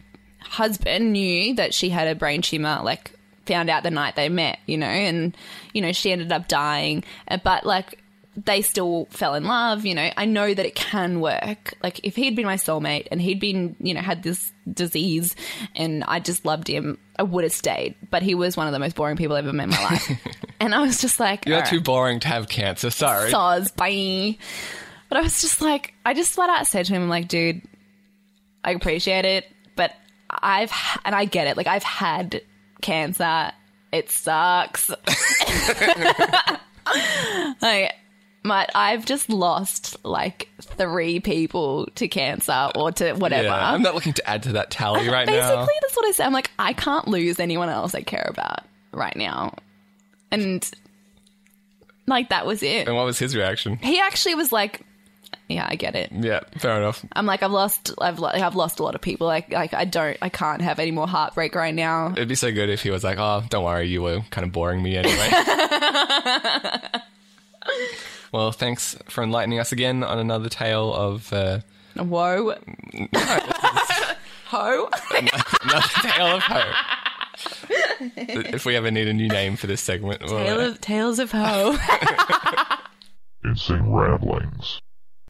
husband knew that she had a brain tumor like found out the night they met you know and you know she ended up dying Uh, but like they still fell in love. You know, I know that it can work. Like if he'd been my soulmate and he'd been, you know, had this disease and I just loved him, I would have stayed. But he was one of the most boring people I've ever met in [laughs] my life. and I was just like, You're "All right." too boring to have cancer. Sorry. Soz, bye. But I was just like, I just flat out said to him, I'm like, dude, I appreciate it, but I've, h- and I get it, like, I've had cancer. [laughs] It sucks. [laughs] like, but I've just lost like three people to cancer or to whatever. yeah, I'm not looking to add to that [laughs] tally right Basically, now. that's what I said. I'm like, I can't lose anyone else I care about right now. And like, that was it And what was his reaction? he actually was like yeah i get it Yeah, fair enough. i'm like i've lost i've, lo- I've lost a lot of people like like i don't i can't have any more heartbreak right now It'd be so good if he was like, "Oh, don't worry, you were kind of boring me anyway." well, thanks for enlightening us again on another tale of uh, whoa ho another tale of hope. if we ever need a new name for this segment, we'll, uh, tales of ho Insane Ramblings.